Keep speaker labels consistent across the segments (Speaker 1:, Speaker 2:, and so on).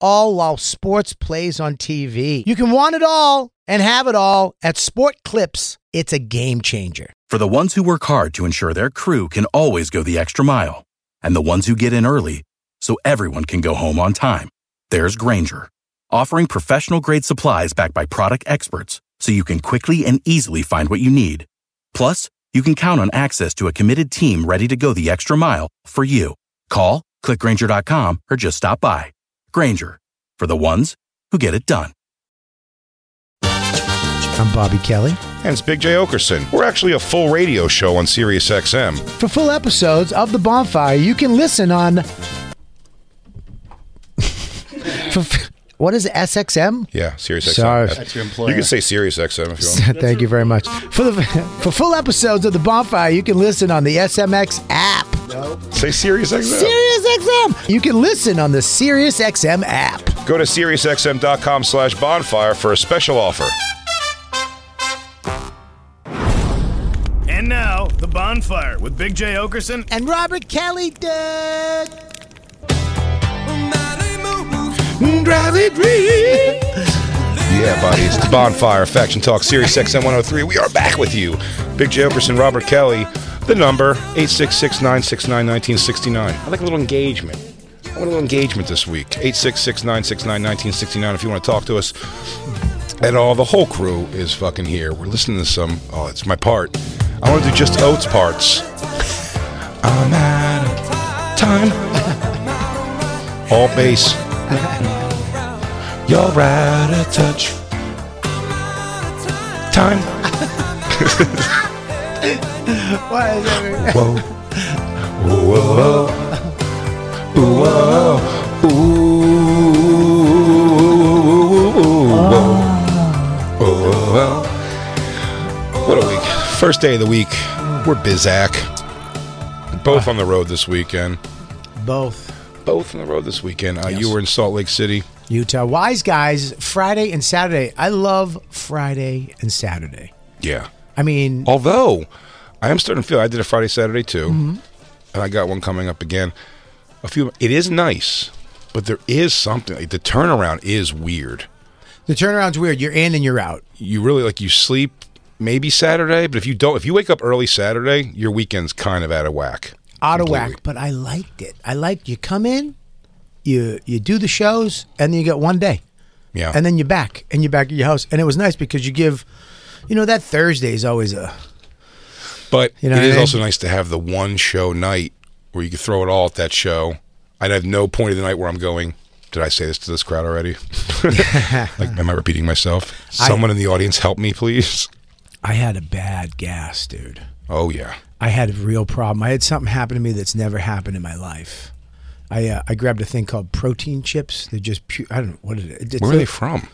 Speaker 1: all while sports plays on TV. You can want it all and have it all at Sport Clips. It's a game changer.
Speaker 2: For the ones who work hard to ensure their crew can always go the extra mile, and the ones who get in early so everyone can go home on time, there's Granger, offering professional grade supplies backed by product experts so you can quickly and easily find what you need. Plus, you can count on access to a committed team ready to go the extra mile for you. Call, clickgranger.com, or just stop by. Granger, for the ones who get it done.
Speaker 1: I'm Bobby Kelly.
Speaker 3: And it's Big J. Okerson. We're actually a full radio show on Sirius XM.
Speaker 1: For full episodes of The Bonfire, you can listen on. For, what is it, SXM?
Speaker 3: Yeah, Sirius XM.
Speaker 1: Sorry.
Speaker 4: That's your
Speaker 3: You
Speaker 4: employer.
Speaker 3: can say Sirius XM if you want.
Speaker 1: Thank you very much. For the for full episodes of The Bonfire, you can listen on the SMX app.
Speaker 3: say Sirius XM.
Speaker 1: Sirius XM. You can listen on the Sirius XM app.
Speaker 3: Go to SiriusXM.com slash bonfire for a special offer.
Speaker 5: And now, The Bonfire with Big J. Okerson.
Speaker 1: And Robert Kelly did.
Speaker 3: Yeah, buddy. It's the Bonfire Faction Talk, Sirius XM 103. We are back with you. Big J. Okerson, Robert Kelly. The number, 866 969 1969. I like a little engagement. I want a little engagement this week. 866 969 1969 if you want to talk to us at all. The whole crew is fucking here. We're listening to some. Oh, it's my part. I want to do just Oates parts. I'm out of time. All bass. You're out of touch. Time.
Speaker 1: Why is that?
Speaker 3: Whoa. Whoa. Whoa. Ooh. Whoa. What a week. First day of the week. We're Bizac. Both on the road this weekend.
Speaker 1: Both.
Speaker 3: Both on the road this weekend. Uh, You were in Salt Lake City.
Speaker 1: Utah Wise Guys, Friday and Saturday. I love Friday and Saturday.
Speaker 3: Yeah.
Speaker 1: I
Speaker 3: Oh.
Speaker 1: mean,
Speaker 3: Although I am starting to feel I did a Friday Saturday too,
Speaker 1: Mm-hmm.
Speaker 3: and I got one coming up again. A few. It is nice, but there is something. Like, the turnaround is weird.
Speaker 1: the turnaround's weird. You're in and you're out.
Speaker 3: You really like you sleep maybe Saturday, but if you don't, if you wake up early Saturday, your weekend's kind of out of whack.
Speaker 1: Out of
Speaker 3: Completely.
Speaker 1: whack. But I liked it. I liked you come in, you you do the shows, and then you get one day.
Speaker 3: Yeah.
Speaker 1: And then you're back. And you're back at your house. And it was nice because you give you know, that Thursday is always a
Speaker 3: But
Speaker 1: You know
Speaker 3: it
Speaker 1: what
Speaker 3: is
Speaker 1: I mean?
Speaker 3: also nice to have the one show night where you can throw it all at that show. I'd have no point of the night where I'm going. Did I say this to this crowd already? like, am I repeating myself? Someone in the audience, help me, please.
Speaker 1: I had a bad gas, dude.
Speaker 3: Oh yeah.
Speaker 1: I had a real problem. I had something happen to me that's never happened in my life. I uh, I grabbed a thing called protein chips. They're just pu- I don't know what it is. It's
Speaker 3: Where are
Speaker 1: a-
Speaker 3: they from?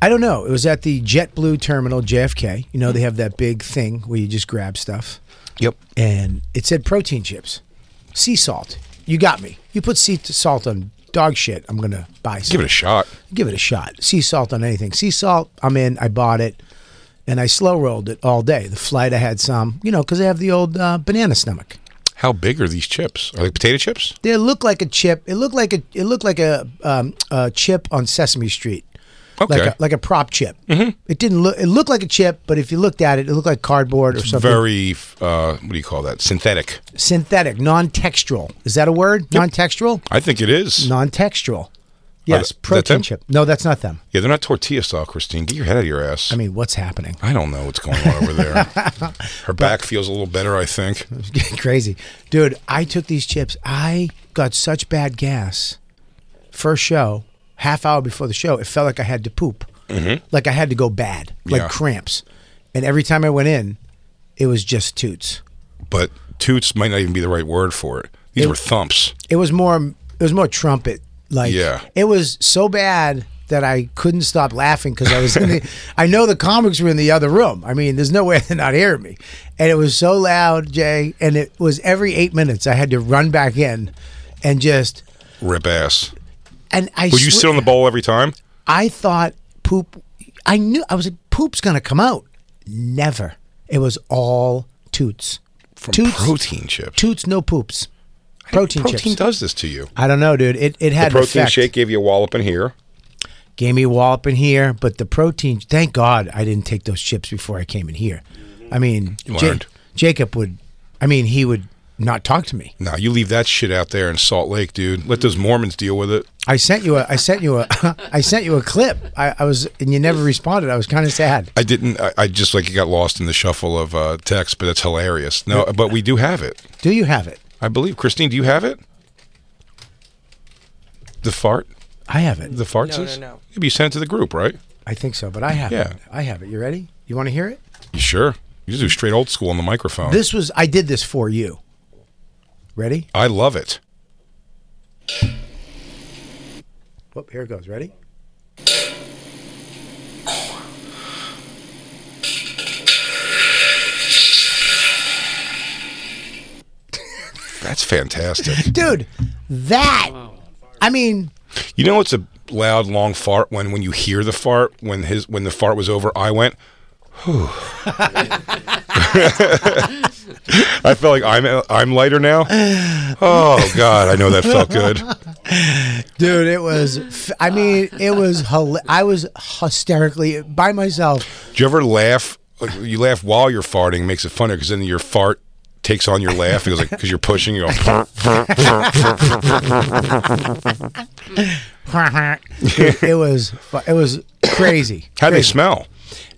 Speaker 1: I don't know. It was at the JetBlue terminal, JFK. You know they have that big thing where you just grab stuff,
Speaker 3: Yep.
Speaker 1: and it said protein chips, sea salt. You got me. You put sea salt on dog shit. I'm gonna buy. Some
Speaker 3: Give it a shot.
Speaker 1: give it a shot. Sea salt on anything. Sea salt, I'm in. I bought it, and I slow rolled it all day. The flight, I had some, you know, because I have the old uh, banana stomach.
Speaker 3: How big are these chips? Are they potato chips?
Speaker 1: They looked like a chip. It looked like a it looked like a, um, a chip on Sesame Street.
Speaker 3: Okay.
Speaker 1: Like a, like a prop chip. Mm-hmm. It didn't look. It looked like a chip, but if you looked at it, it looked like cardboard or something.
Speaker 3: Very, uh, what do you call that? Synthetic.
Speaker 1: synthetic, non-textural. Is that a word? Non-textural.
Speaker 3: I think it is.
Speaker 1: Non-textural. Yes,
Speaker 3: is that
Speaker 1: protein
Speaker 3: them?
Speaker 1: chip. No, that's not them.
Speaker 3: Yeah, they're not tortilla style, Christine. Get your head out of your ass.
Speaker 1: I mean, what's happening?
Speaker 3: I don't know what's going on over there. Her back feels a little better, I think.
Speaker 1: crazy, dude. I took these chips. I got such bad gas. First show, half hour before the show, it felt like I had to poop. Like I had to go bad, like
Speaker 3: Yeah.
Speaker 1: cramps. And every time I went in, it was just toots.
Speaker 3: But toots might not even be the right word for it. These were thumps.
Speaker 1: It was more. It was more trumpet Like,
Speaker 3: Yeah.
Speaker 1: it was so bad that I couldn't stop laughing because I was in the. I know the comics were in the other room. I mean, there's no way they're not hearing me, and it was so loud, Jay. And it was every eight minutes I had to run back in, and just
Speaker 3: Rip ass.
Speaker 1: and I.
Speaker 3: Would you
Speaker 1: swear-
Speaker 3: sit on the bowl every time?
Speaker 1: I thought poop. I knew I was like poop's gonna come out. Never. It was all toots.
Speaker 3: From
Speaker 1: Toots.
Speaker 3: protein chips.
Speaker 1: Toots, no poops. Protein,
Speaker 3: protein
Speaker 1: chips.
Speaker 3: does this to you.
Speaker 1: I don't know, dude. It it
Speaker 3: The
Speaker 1: had an
Speaker 3: protein
Speaker 1: effect.
Speaker 3: shake gave you a wallop in here.
Speaker 1: Gave me a wallop in here, but the protein. Thank God I didn't take those chips before I came in here. I mean,
Speaker 3: You learned.
Speaker 1: Jacob would. I mean, he would not talk to me.
Speaker 3: Now you leave that shit out there in Salt Lake, dude. Let those Mormons deal with it.
Speaker 1: I sent you a. I sent you a. I sent you a clip. I, I was and you never responded. I was kind of sad.
Speaker 3: I didn't. I, I just like got lost in the shuffle of uh, text, but it's hilarious. No, but we do have it.
Speaker 1: Do you have it?
Speaker 3: I believe Christine. Do you have it? The fart.
Speaker 1: I have it.
Speaker 3: The farts.
Speaker 4: No, no,
Speaker 3: is?
Speaker 4: no.
Speaker 3: Maybe you sent it to the group, right?
Speaker 1: I think so, but I have
Speaker 3: Yeah.
Speaker 1: it. I have it. You ready? You want to hear it?
Speaker 3: You sure? You just do straight old school on the microphone.
Speaker 1: This was I did this for you. Ready?
Speaker 3: I love it.
Speaker 1: Whoop, here it goes. Ready?
Speaker 3: That's fantastic.
Speaker 1: Dude, that I mean,
Speaker 3: you know it's a loud, long fart when when you hear the fart when his when the fart was over. I went. Whew. I felt like I'm I'm lighter now. Oh God, I know that felt good.
Speaker 1: dude, it was f- I mean, it was hila- I was hysterically by myself.
Speaker 3: Do you ever laugh? Like, you laugh while you're farting, makes it funnier because then your fart takes on your laugh because like because you're pushing. You go.
Speaker 1: Dude, it was fu- it was crazy.
Speaker 3: How do they
Speaker 1: Crazy.
Speaker 3: smell?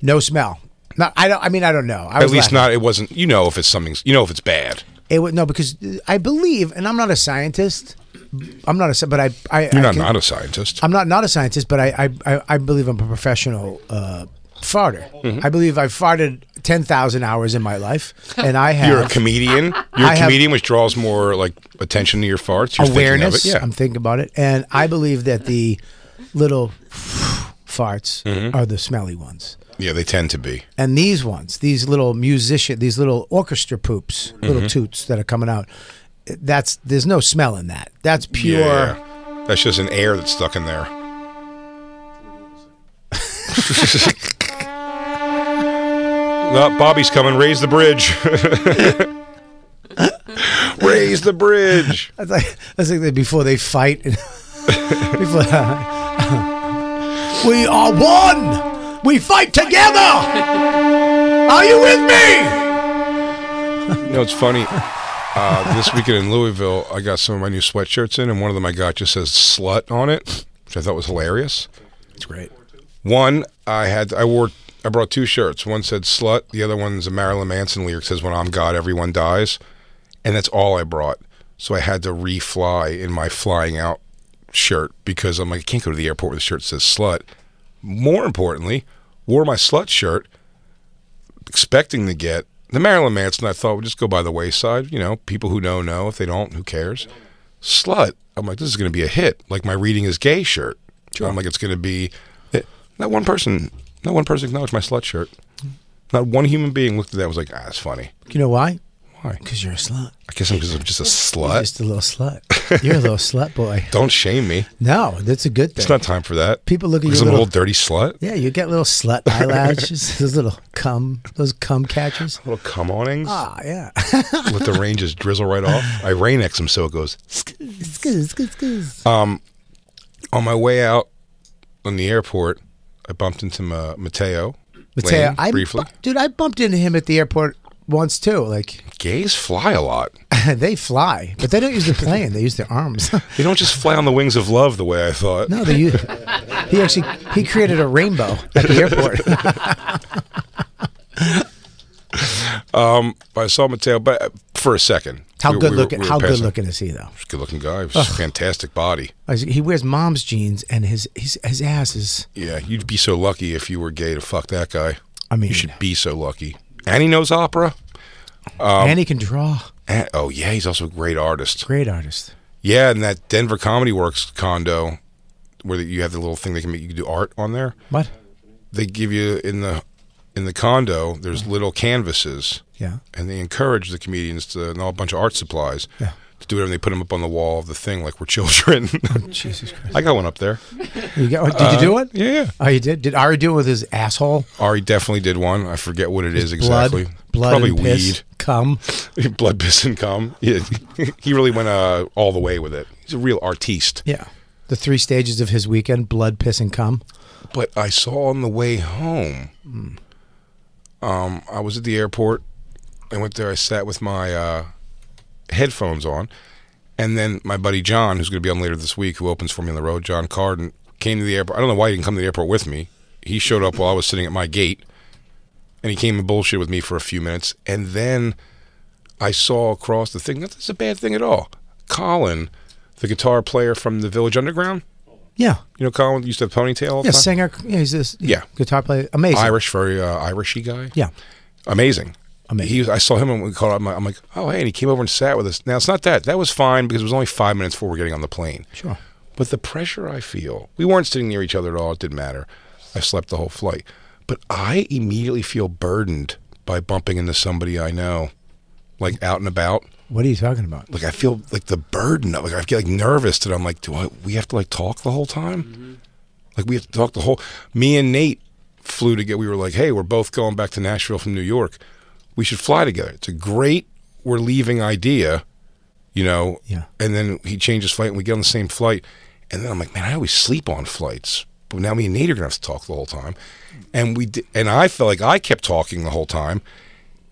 Speaker 1: No smell. No, I don't I mean I don't know. I
Speaker 3: At
Speaker 1: was
Speaker 3: least
Speaker 1: laughing.
Speaker 3: not. It wasn't. You know if it's something's. You know if it's bad.
Speaker 1: It would no because I believe and I'm not a scientist. I'm not a sci- but I I
Speaker 3: You're
Speaker 1: I
Speaker 3: not
Speaker 1: can-
Speaker 3: not a scientist.
Speaker 1: I'm not not a scientist, but I I, I, I believe I'm a professional uh, farter.
Speaker 3: Mm-hmm.
Speaker 1: I believe I've farted ten thousand hours in my life, and I have
Speaker 3: You're a comedian. You're
Speaker 1: I
Speaker 3: a
Speaker 1: have-
Speaker 3: comedian, which draws more like attention to your farts. You're thinking of
Speaker 1: awareness.
Speaker 3: it.
Speaker 1: I'm thinking about it, and I believe that the little farts
Speaker 3: Mm-hmm.
Speaker 1: are the smelly ones.
Speaker 3: Yeah, yeah, they tend to be.
Speaker 1: And these ones, these little musician, these little orchestra poops, little
Speaker 3: Mm-hmm.
Speaker 1: toots that are coming out, that's there's no smell in that. That's pure.
Speaker 3: Yeah. That's just an air that's stuck in there. Oh, Bobby's coming. Raise the bridge. Raise the bridge.
Speaker 1: That's like that's like the- before they fight. and- before, we are one. We fight together. Are you with me?
Speaker 3: You know, it's funny. Uh, this weekend in Louisville, I got some of my new sweatshirts in, and one of them I got just says "slut" on it, which I thought was hilarious.
Speaker 1: It's great.
Speaker 3: One, I had I wore I brought two shirts. One said slut, the other one's a Marilyn Manson lyric says when I'm God everyone dies. And that's all I brought. So I had to refly in my flying out shirt because I'm like I can't go to the airport with a shirt that says slut. More importantly, wore my slut shirt expecting to get the Marilyn Manson I thought would just go by the wayside, you know, people who know know, if they don't, who cares? Slut. I'm like this is going to be a hit, like my reading is gay shirt. I'm like it's going to be eh, not one person, not one person acknowledged my slut shirt. Not one human being looked at that and was like, ah, that's funny.
Speaker 1: You know why?
Speaker 3: Why?
Speaker 1: Because you're a slut.
Speaker 3: I guess I'm, 'cause I'm just a
Speaker 1: You're
Speaker 3: slut.
Speaker 1: just a little slut. You're a little slut boy.
Speaker 3: Don't shame me.
Speaker 1: No, that's a good thing.
Speaker 3: It's not time for that.
Speaker 1: People look at
Speaker 3: Because
Speaker 1: you
Speaker 3: I'm a
Speaker 1: little-
Speaker 3: little dirty slut.
Speaker 1: yeah, you get little slut eyelashes, those little cum, those cum catchers.
Speaker 3: Little come onings.
Speaker 1: Ah, yeah.
Speaker 3: Let the rain just drizzle right off. I rain X him so it goes.
Speaker 1: Skizz, skizz, skizz.
Speaker 3: Uh, On my way out on the airport, I bumped into Ma- Mateo.
Speaker 1: Mateo,
Speaker 3: Lane,
Speaker 1: I bu-
Speaker 3: briefly.
Speaker 1: dude, I bumped into him at the airport once too. Like
Speaker 3: Gays fly a lot.
Speaker 1: they fly, but they don't use the plane; they use their arms.
Speaker 3: They don't just fly on the wings of love the way I thought.
Speaker 1: No, the he actually he created a rainbow at the airport.
Speaker 3: But I saw Mateo, but uh, for a second.
Speaker 1: How
Speaker 3: We were-
Speaker 1: good
Speaker 3: we were-
Speaker 1: looking?
Speaker 3: we were
Speaker 1: how good
Speaker 3: passing.
Speaker 1: looking is he though?
Speaker 3: Good looking guy. Just fantastic body.
Speaker 1: Like, He wears mom's jeans and his his, his ass is.
Speaker 3: Yeah, you'd be so lucky if you were gay to fuck that guy.
Speaker 1: I mean,
Speaker 3: You should be so lucky. And he knows opera. um,
Speaker 1: and he can draw.
Speaker 3: And, oh yeah, he's also a great artist.
Speaker 1: Great artist.
Speaker 3: Yeah, and that Denver Comedy Works condo where you have the little thing they can make you do art on there.
Speaker 1: What?
Speaker 3: They give you in the in the condo. There's little canvases.
Speaker 1: Yeah.
Speaker 3: and they encourage the comedians to and all a bunch of art supplies
Speaker 1: Yeah.
Speaker 3: to do it, and they put them up on the wall of the thing like we're children.
Speaker 1: Oh, Jesus Christ.
Speaker 3: I got one up there.
Speaker 1: You got, did you do it?
Speaker 3: Yeah, yeah.
Speaker 1: Oh, you did? Did Ari do it with his asshole?
Speaker 3: Ari definitely did one. I forget what it is
Speaker 1: Blood,
Speaker 3: exactly.
Speaker 1: blood,
Speaker 3: Probably
Speaker 1: and piss, cum.
Speaker 3: weed, blood, piss, and cum. Yeah. he really went uh, all the way with it. He's a real artiste.
Speaker 1: Yeah. The three stages of his weekend: blood, piss, and cum.
Speaker 3: But I saw on the way home, um, I was at the airport. I went there. I sat with my uh, headphones on, and then my buddy John, who's going to be on later this week, who opens for me on the road, John Carden, came to the airport. I don't know why he didn't come to the airport with me. He showed up while I was sitting at my gate, and he came and bullshit with me for a few minutes, and then I saw across the thing. That's a bad thing at all. Colin, the guitar player from the Village Underground.
Speaker 1: Yeah.
Speaker 3: You know, Colin used to have a ponytail. all the
Speaker 1: Yeah.
Speaker 3: time?
Speaker 1: Singer. Yeah. He's this.
Speaker 3: Yeah.
Speaker 1: Guitar player. Amazing.
Speaker 3: Irish, very uh, Irishy guy.
Speaker 1: Yeah.
Speaker 3: amazing.
Speaker 1: Amazing.
Speaker 3: He was, I saw him and we called up. I'm like, I'm like, oh hey, and he came over and sat with us. Now it's not that. That was fine because it was only five minutes before we we're getting on the plane.
Speaker 1: Sure.
Speaker 3: But the pressure I feel, we weren't sitting near each other at all. It didn't matter. I slept the whole flight. But I immediately feel burdened by bumping into somebody I know, like out and about.
Speaker 1: What are you talking about?
Speaker 3: Like I feel like the burden of like I get like nervous that I'm like, do I? We have to like talk the whole time. Like we have to talk the whole. Me and Nate flew to get. We were like, hey, we're both going back to Nashville from New York. We should fly together. It's a great we're leaving idea, you know.
Speaker 1: Yeah.
Speaker 3: And then he changed his flight, and we get on the same flight. And then I'm like, man, I always sleep on flights, but now me and Nate are gonna have to talk the whole time. And we did, and I felt like I kept talking the whole time.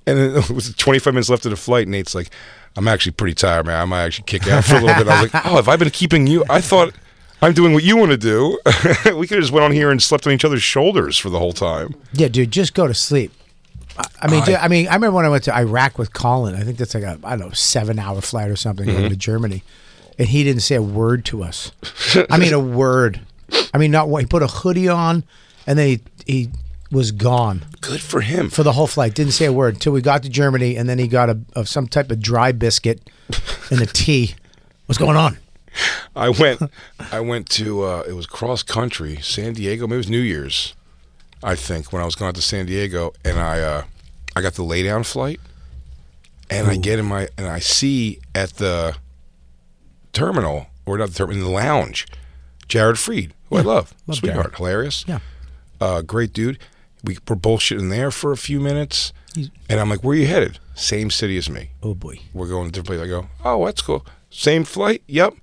Speaker 3: And then it was 25 minutes left of the flight. and Nate's like, I'm actually pretty tired, man. I might actually kick out for a little bit. I was like, oh, have I been keeping you? I thought I'm doing what you want to do. we could have just went on here and slept on each other's shoulders for the whole time.
Speaker 1: Yeah, dude, just go to sleep. I, I mean,
Speaker 3: I-
Speaker 1: dude, I mean, I remember when I went to Iraq with Colin. I think that's like a I don't know seven hour flight or something over to Germany, and he didn't say a word to us. I mean, a word. I mean, not one. He put a hoodie on, and then he he was gone
Speaker 3: Good for him.
Speaker 1: for the whole flight. Didn't say a word until we got to Germany, and then he got a, of some type of dry biscuit and a tea. What's going on?
Speaker 3: I went, I went to uh, it was cross country, San Diego. Maybe it was New Year's, I think, when I was going out to San Diego, and I, uh, I got the lay down flight, and I get in my and I see at the terminal or not the terminal in the lounge, Jared Freed, who I love,
Speaker 1: love
Speaker 3: sweetheart,
Speaker 1: Jared.
Speaker 3: hilarious,
Speaker 1: Yeah.
Speaker 3: uh, great dude. We were bullshitting there for a few minutes, and I'm like, "Where are you headed? Same city as me."
Speaker 1: Oh boy.
Speaker 3: we're going to different place. I go, oh, that's cool. Same flight. Yep.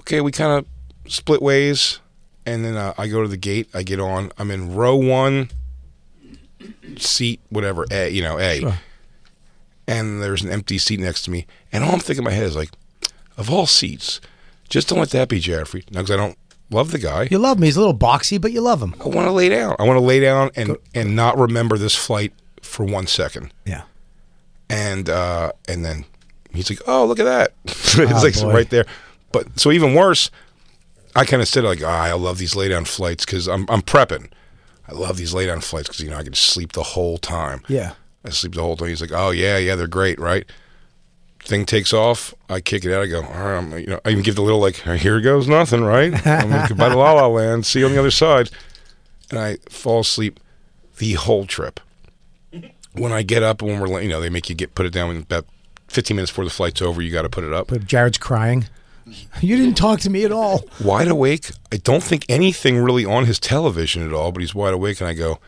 Speaker 3: Okay, we kind of split ways, and then uh, I go to the gate. I get on. I'm in row one, seat whatever A, you know A, and there's an empty seat next to me. And all I'm thinking in my head is like, of all seats, just don't let that be Jeffrey. Now, because I don't love the guy.
Speaker 1: You love him. He's a little boxy, but you love him.
Speaker 3: I want to lay down. I want to lay down and and not remember this flight for one second
Speaker 1: Yeah.
Speaker 3: and uh, and then he's like, "Oh, look at that!" it's like
Speaker 1: Ah, boy.
Speaker 3: right there. But so even worse, I kind of said like, "Ah, "I love these lay down flights because I'm I'm prepping. I love these lay down flights because you know I can just sleep the whole time.
Speaker 1: Yeah.
Speaker 3: I sleep the whole time." He's like, "Oh yeah, yeah, they're great, right?" Thing takes off. I kick it out. I go, all right, I'm, you know, I even give the little like, here goes nothing, right? I'm like, goodbye to La La Land. See you on the other side. And I fall asleep the whole trip when I get up, when we're, you know, they make you get put it down when about 15 minutes before the flight's over, you got to put it up.
Speaker 1: But Jared's crying. You didn't talk to me at all.
Speaker 3: Wide awake, I don't think anything really on his television at all, but he's wide awake. And I go,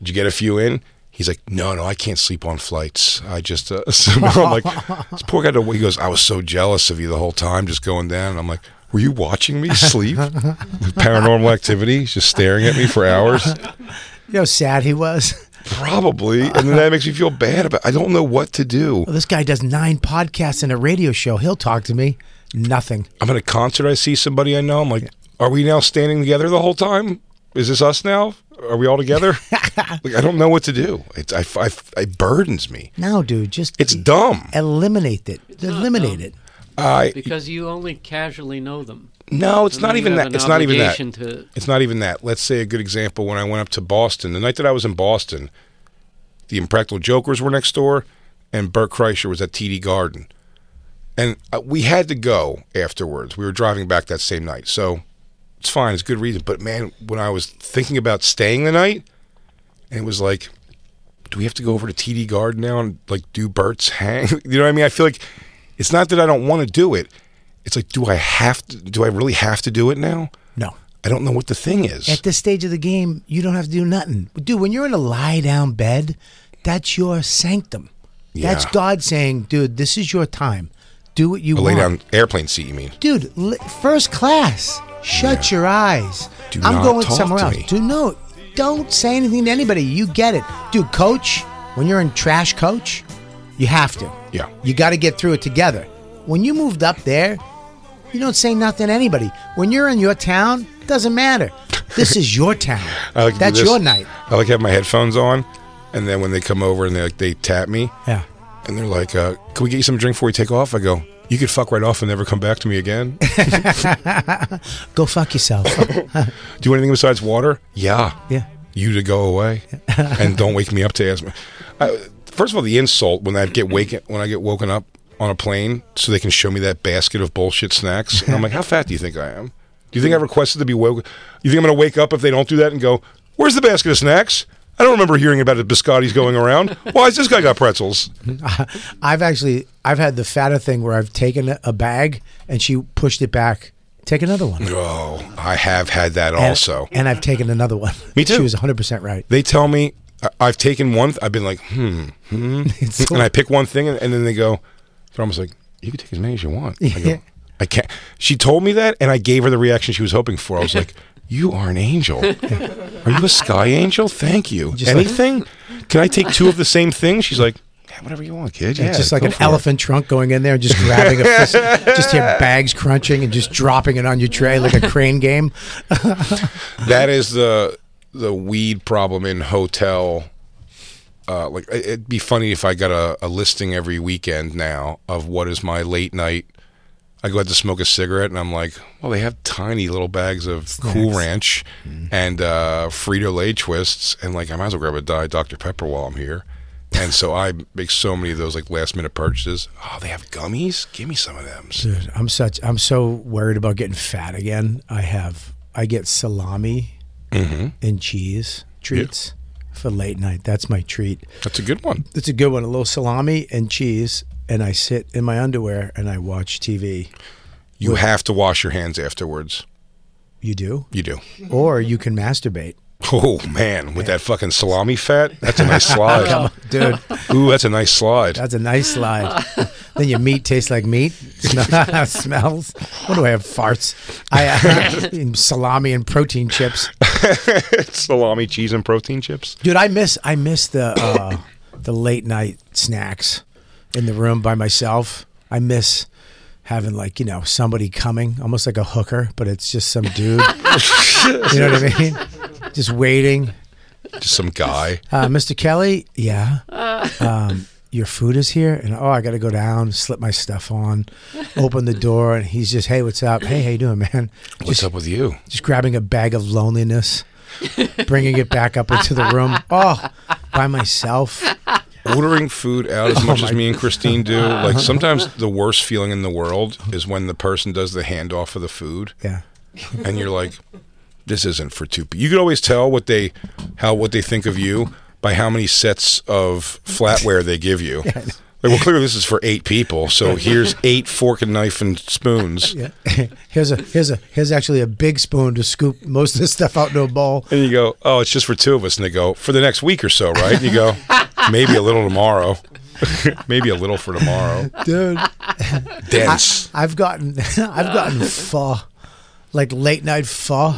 Speaker 3: Did you get a few in? He's like, No, no, I can't sleep on flights. I just, uh, so I'm like, This poor guy, he goes, I was so jealous of you the whole time just going down. And I'm like, were you watching me sleep? Paranormal activity, just staring at me for hours.
Speaker 1: You know how sad he was?
Speaker 3: Probably. And then that makes me feel bad about I don't know what to do.
Speaker 1: Well, this guy does nine podcasts and a radio show. He'll talk to me. Nothing.
Speaker 3: I'm at a concert. I see somebody I know. I'm like, are we now standing together the whole time? Is this us now? Are we all together? like, I don't know what to do. It's I, I, it burdens me.
Speaker 1: No, dude, just
Speaker 3: It's dumb.
Speaker 1: eliminate it. eliminate it.
Speaker 3: I
Speaker 4: because you only casually know them.
Speaker 3: no, it's
Speaker 4: And
Speaker 3: not
Speaker 4: then
Speaker 3: even
Speaker 4: you have
Speaker 3: that.
Speaker 4: an
Speaker 3: It's not even that.
Speaker 4: obligation to-
Speaker 3: It's not even that. Let's say a good example when I went up to Boston. The night that I was in Boston, the Impractical Jokers were next door, and Burt Kreischer was at TD Garden. And uh, we had to go afterwards. We were driving back that same night. So it's fine. It's good reason. But man, when I was thinking about staying the night, and it was like, do we have to go over to TD Garden now and like do Bert's hang? You know what I mean? I feel like it's not that I don't want to do it. It's like, do I have to? Do I really have to do it now?
Speaker 1: No.
Speaker 3: I don't know what the thing is.
Speaker 1: At this stage of the game, you don't have to do nothing. Dude, when you're in a lie down bed, that's your sanctum. That's
Speaker 3: Yeah.
Speaker 1: God saying, dude, this is your time. Do what you
Speaker 3: a
Speaker 1: want.
Speaker 3: lay down airplane seat, you mean?
Speaker 1: Dude, li- first class. Shut your eyes.
Speaker 3: Do
Speaker 1: I'm
Speaker 3: not
Speaker 1: going
Speaker 3: talk
Speaker 1: somewhere
Speaker 3: to
Speaker 1: else.
Speaker 3: me.
Speaker 1: Do no, don't say anything to anybody. You get it, dude. Coach, when you're in trash, coach, you have to.
Speaker 3: Yeah.
Speaker 1: You got to get through it together. When you moved up there, you don't say nothing to anybody. When you're in your town, doesn't matter. This is your town.
Speaker 3: I like to do
Speaker 1: That's
Speaker 3: this.
Speaker 1: your night.
Speaker 3: I like to have my headphones on, and then when they come over and they like they tap me,
Speaker 1: Yeah.
Speaker 3: and they're like, uh, "Can we get you some drink before we take off?" I go, "You could fuck right off and never come back to me again." do
Speaker 1: Go fuck yourself.
Speaker 3: you want anything besides water? Yeah.
Speaker 1: yeah.
Speaker 3: You to go away, and don't wake me up to ask me. I, first of all, the insult when I get waken when I get woken up on a plane, so they can show me that basket of bullshit snacks. And I'm like, "How fat do you think I am? Do you think I requested to be woke? You think I'm going to wake up if they don't do that and go, "Where's the basket of snacks?" I don't remember hearing about it. Biscotti's going around. Why has this guy got pretzels?
Speaker 1: I've actually I've had the fatter thing where I've taken a- a bag and she pushed it back. Take another one.
Speaker 3: Oh, I have had that
Speaker 1: And-
Speaker 3: also.
Speaker 1: And I've taken another one.
Speaker 3: Me too.
Speaker 1: She was 100% right.
Speaker 3: They tell me I- I've taken one. Th- I've been like, hmm, hmm,
Speaker 1: It's-
Speaker 3: and I pick one thing, and, and then they go. They're almost like, you can take as many as you want. I
Speaker 1: Yeah.
Speaker 3: go, I can't. She told me that, and I gave her the reaction she was hoping for. I was like, you are an angel. Are you a sky angel? Thank you.
Speaker 1: Just like-
Speaker 3: Anything? Can I take two of the same thing? She's like, yeah, whatever you want, kid. Yeah,
Speaker 1: It's just like
Speaker 3: go
Speaker 1: an
Speaker 3: for it."
Speaker 1: elephant trunk going in there and just grabbing a fist, just hear bags crunching and just dropping it on your tray like a crane game.
Speaker 3: that is the the weed problem in hotel. Uh, like it- it'd be funny if I got a, a listing every weekend now of what is my late night. I go out to smoke a cigarette and I'm like, well, they have tiny little bags of Cool Ranch and uh, Frito Lay twists, and like I might as well grab a Diet Dr Pepper while I'm here. And so I make so many of those like last minute purchases. Oh, they have gummies. Give me some of them.
Speaker 1: Dude, I'm such I'm so worried about getting fat again. I have I get salami
Speaker 3: Mm-hmm.
Speaker 1: and cheese treats for late night. That's my treat.
Speaker 3: That's a good one.
Speaker 1: It's a good one. A little salami and cheese and I sit in my underwear and I watch TV.
Speaker 3: You have to wash your hands afterwards.
Speaker 1: You do?
Speaker 3: You do.
Speaker 1: Or you can masturbate.
Speaker 3: Oh man, with that fucking salami fat, that's a nice slide.
Speaker 1: Dude,
Speaker 3: Ooh, that's a nice slide.
Speaker 1: That's a nice slide. then your meat tastes like meat. Smell- smells. What do I have? Farts. I and salami and protein chips.
Speaker 3: salami, cheese, and protein chips.
Speaker 1: Dude, I miss I miss the uh, the late night snacks in the room by myself. I miss having like you know somebody coming, almost like a hooker, but it's just some dude. you know what I mean? Just waiting.
Speaker 3: Just some guy.
Speaker 1: uh, Mr. Kelly, yeah. Um, your food is here, and oh, I got to go down, slip my stuff on, open the door, and he's just, hey, what's up? Hey, how you doing, man?
Speaker 3: What's
Speaker 1: Just,
Speaker 3: up with you?
Speaker 1: just grabbing a bag of loneliness, bringing it back up into the room. Oh, by myself.
Speaker 3: Ordering food out as much as me and Christine do. Like sometimes the worst feeling in the world is when the person does the handoff of the food,
Speaker 1: Yeah,
Speaker 3: and you're like, "This isn't for two people." You can always tell what they, how what they think of you by how many sets of flatware they give you. Like, well, clearly this is for eight people, so here's eight fork and knife and spoons.
Speaker 1: yeah. here's a here's a here's actually a big spoon to scoop most of this stuff out into a bowl.
Speaker 3: And you go, oh, it's just for two of us. And they go, for the next week or so, right? And you go, maybe a little tomorrow. maybe a little for tomorrow.
Speaker 1: Dude,
Speaker 3: Dense.
Speaker 1: I've gotten I've gotten pho, like late night pho.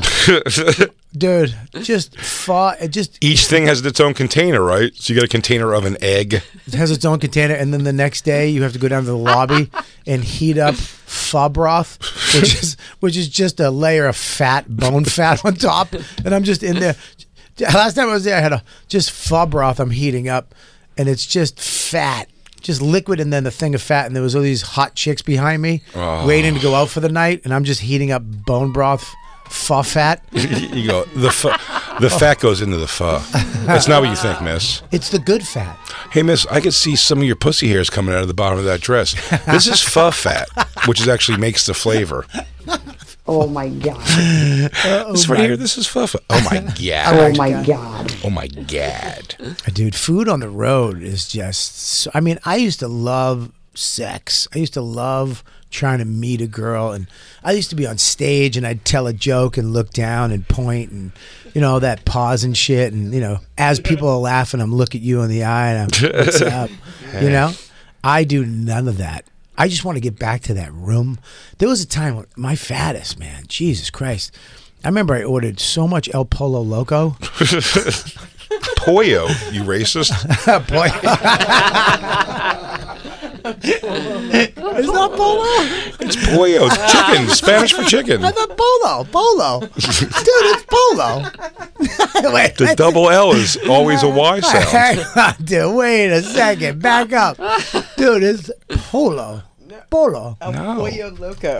Speaker 1: Dude, just pho. It just
Speaker 3: Each thing has its own container, right? So you got a container of an egg.
Speaker 1: It has its own container, and then the next day you have to go down to the lobby and heat up pho broth, which is which is just a layer of fat, bone fat on top. And I'm just in there. Last time I was there, I had a just pho broth. I'm heating up, and it's just fat, just liquid, and then a thing of fat. And there was all these hot chicks behind me waiting to go out for the night, and I'm just heating up bone broth, pho fat.
Speaker 3: you go, the pho, the fat goes into the pho. That's not what you think, miss.
Speaker 1: It's the good fat.
Speaker 3: "Hey, miss, I could see some of your pussy hairs coming out of the bottom of that dress. This is pho fat, which is actually makes the flavor.
Speaker 6: Oh my god.
Speaker 3: this right here, this is pho fat. Oh my god!
Speaker 6: Oh my god.
Speaker 3: Oh my god!
Speaker 1: Dude, food on the road is just. So, I mean, I used to love sex. I used to love trying to meet a girl, and I used to be on stage and I'd tell a joke and look down and point and you know that pause and shit, and you know as people are laughing, I'm look at you in the eye and I'm what's up, you know. I do none of that. I just want to get back to that room. There was a time when my fattest man, Jesus Christ. I remember I ordered so much El Polo Loco.
Speaker 3: Pollo, you racist!
Speaker 1: Boy. it's not Polo.
Speaker 3: It's pollo, it's chicken, Spanish for chicken.
Speaker 1: I thought Bolo, Bolo, dude, it's Bolo. wait,
Speaker 3: The double L is always a Y sound.
Speaker 1: hang on, dude, wait a second, back up, dude, it's Polo, Bolo.
Speaker 3: No.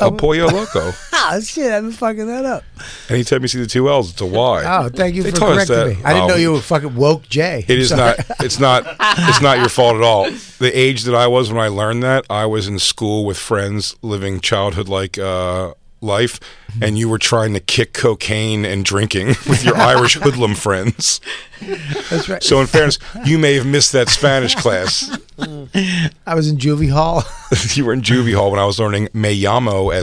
Speaker 3: El pollo loco.
Speaker 1: Ah, shit, I've been fucking that up.
Speaker 3: Anytime you see the two L's, it's a Y.
Speaker 1: Oh, thank you
Speaker 3: They
Speaker 1: for
Speaker 3: taught us
Speaker 1: correcting
Speaker 3: that.
Speaker 1: me. I didn't know
Speaker 3: Oh,
Speaker 1: you were fucking woke, Jay.
Speaker 3: It is not. It's not. It's not your fault at all. The age that I was when I learned that, I was in school with friends living childhood like uh, life,
Speaker 1: Mm-hmm.
Speaker 3: and you were trying to kick cocaine and drinking with your Irish hoodlum friends.
Speaker 1: That's right.
Speaker 3: So, in fairness, you may have missed that Spanish class.
Speaker 1: I was in juvie hall.
Speaker 3: you were in juvie hall when I was learning Me Llamo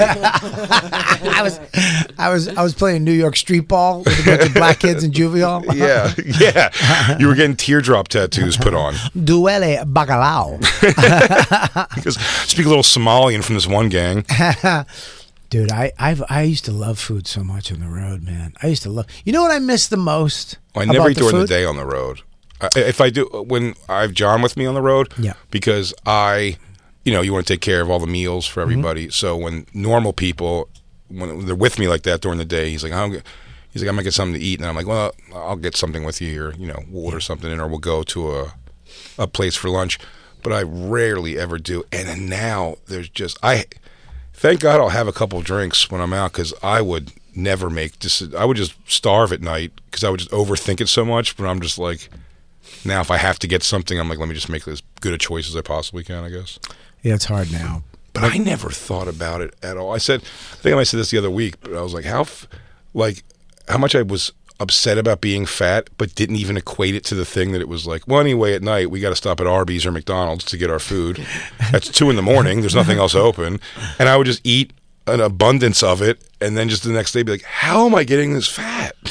Speaker 1: I was, I was, I was playing New York street ball with a bunch of black kids in juvie hall.
Speaker 3: yeah, yeah. You were getting teardrop tattoos put on.
Speaker 1: Duele bacalao.
Speaker 3: Because speak a little Somalian from this one gang.
Speaker 1: Dude, I I've, I used to love food so much on the road, man. I used to love. You know what I miss the most?
Speaker 3: I never
Speaker 1: about
Speaker 3: eat during the
Speaker 1: food?
Speaker 3: day on the road. I, if I do, when I have John with me on the road,
Speaker 1: Yeah.
Speaker 3: because I, you know, you want to take care of all the meals for everybody. So when normal people, when they're with me like that during the day, he's like, I'm, g- he's like, I'm gonna get something to eat, and I'm like, well, I'll get something with you, or you know, we'll order something, in, or we'll go to a, a place for lunch. But I rarely ever do, and then now there's just I. Thank God I'll have a couple drinks when I'm out because I would never make this. I would just starve at night because I would just overthink it so much. But I'm just like, now if I have to get something, I'm like, let me just make as good a choice as I possibly can. I guess.
Speaker 1: Yeah, it's hard now.
Speaker 3: But I never thought about it at all. I said, I think I might said this the other week, but I was like, how, f- like, how much I was upset about being fat, but didn't even equate it to the thing that it was like. Well, anyway, at night we got to stop at Arby's or McDonald's to get our food. That's two in the morning. There's nothing else open, and I would just eat an abundance of it, and then just the next day be like, how am I getting this fat?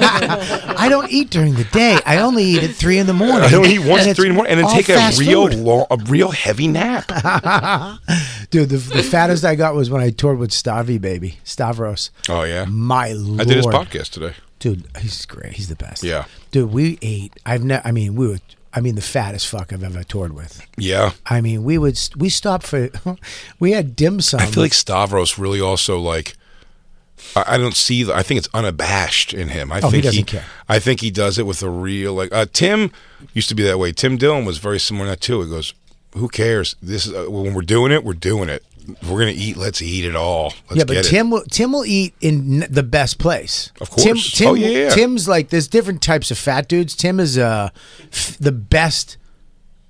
Speaker 1: I don't eat during the day. I only eat at three in the morning.
Speaker 3: I don't eat
Speaker 1: And
Speaker 3: once at
Speaker 1: it's
Speaker 3: three in the morning, and then
Speaker 1: all
Speaker 3: take a
Speaker 1: fast
Speaker 3: real
Speaker 1: food.
Speaker 3: long, a real heavy nap.
Speaker 1: dude. The, the fattest I got was when I toured with Stavi Baby Stavros.
Speaker 3: oh yeah,
Speaker 1: My lord,
Speaker 3: I did his podcast today.
Speaker 1: dude. He's great. He's the best.
Speaker 3: Yeah.
Speaker 1: dude. We ate. I've never. I mean, we were. I mean, the fattest fuck I've ever toured with.
Speaker 3: Yeah.
Speaker 1: I mean, we would. st- We stopped for. we had dim sum.
Speaker 3: I feel like Stavros really also like. I, I don't see. the- I think it's unabashed in him. I
Speaker 1: Oh, he
Speaker 3: think
Speaker 1: doesn't care.
Speaker 3: I think he does it with a real like. Uh, Tim used to be that way. Tim Dillon was very similar to that too. He goes, "Who cares? This is uh, when we're doing it. We're doing it. If we're gonna eat. Let's eat it all. Let's
Speaker 1: yeah, but
Speaker 3: get it."
Speaker 1: Tim will Tim will eat in n- the best place.
Speaker 3: Of
Speaker 1: Tim,
Speaker 3: course.
Speaker 1: Tim,
Speaker 3: Oh, yeah.
Speaker 1: Tim's like there's different types of fat dudes. Tim is uh f- the best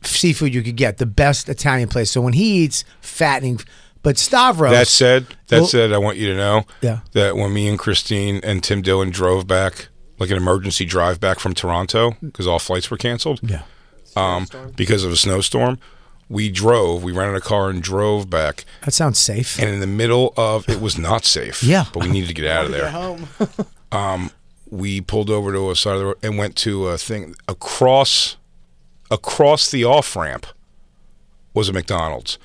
Speaker 1: seafood you could get, the best Italian place. So when he eats fattening, but Stavros,
Speaker 3: That said, that
Speaker 1: Well-
Speaker 3: said, I want you to know
Speaker 1: Yeah.
Speaker 3: that when me and Christine and Tim Dillon drove back, like an emergency drive back from Toronto, because all flights were canceled.
Speaker 1: yeah,
Speaker 3: um, because of a snowstorm. We drove. We rented a car and drove back.
Speaker 1: that sounds safe.
Speaker 3: And in the middle of it was not safe.
Speaker 1: Yeah.
Speaker 3: but we needed to get out of there. um, we pulled over to a side of the road and went to a thing across across the off ramp was a McDonald's.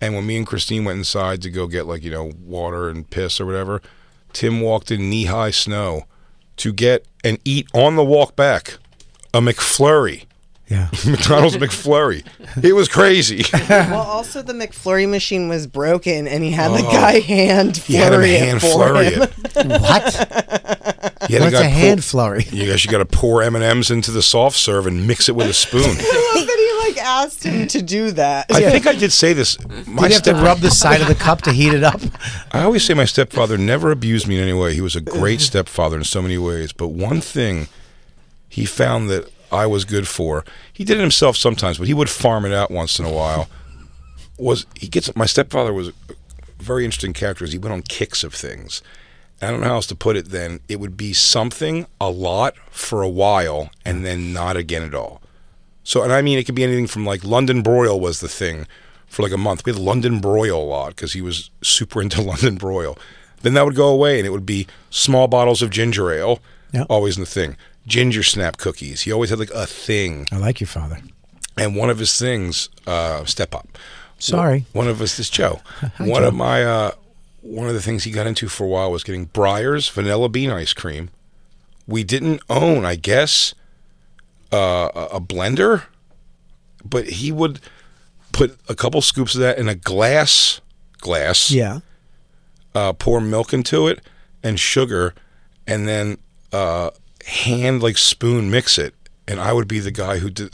Speaker 3: And when me and Christine went inside to go get like you know water and piss or whatever, Tim walked in knee high snow to get and eat on the walk back a McFlurry.
Speaker 1: yeah,
Speaker 3: McDonald's McFlurry. It was crazy.
Speaker 7: Well, also the McFlurry machine was broken, and he had the guy hand
Speaker 3: You Oh. had him
Speaker 7: flurry
Speaker 3: hand
Speaker 7: it for
Speaker 3: flurry
Speaker 7: him.
Speaker 3: it.
Speaker 1: what?
Speaker 3: You had
Speaker 1: What's
Speaker 3: guy
Speaker 1: a hand
Speaker 3: pour-
Speaker 1: flurry?
Speaker 3: You guys, you got to pour M and M's into the soft serve and mix it with a spoon.
Speaker 7: I love that he like asked him to do that.
Speaker 3: I think I did say this. My
Speaker 1: Did you have to
Speaker 3: step-
Speaker 1: rub the side of the cup to heat it up?
Speaker 3: I always say my stepfather never abused me in any way. He was a great stepfather in so many ways. But one thing, he found that I was good for. He did it himself sometimes, but he would farm it out once in a while. Was he gets my stepfather was a very interesting character. Is he went on kicks of things. I don't know how else to put it. Then it would be something a lot for a while, and then not again at all. So, and I mean, it could be anything from like London Broil was the thing for like a month. We had London Broil a lot because he was super into London Broil. Then that would go away, and it would be small bottles of ginger ale,
Speaker 1: Yeah.
Speaker 3: always in the thing. Ginger snap cookies. He always had like a thing,
Speaker 1: I like your father.
Speaker 3: and one of his things, uh, step up.
Speaker 1: Sorry.
Speaker 3: One of us, this Joe. one of my, uh, one of the things he got into for a while was getting Breyer's vanilla bean ice cream. We didn't own, I guess, uh, a- a blender, but he would put a couple scoops of that in a glass, glass,
Speaker 1: Yeah.
Speaker 3: uh, pour milk into it and sugar, and then uh, hand like spoon mix it. And I would be the guy who did.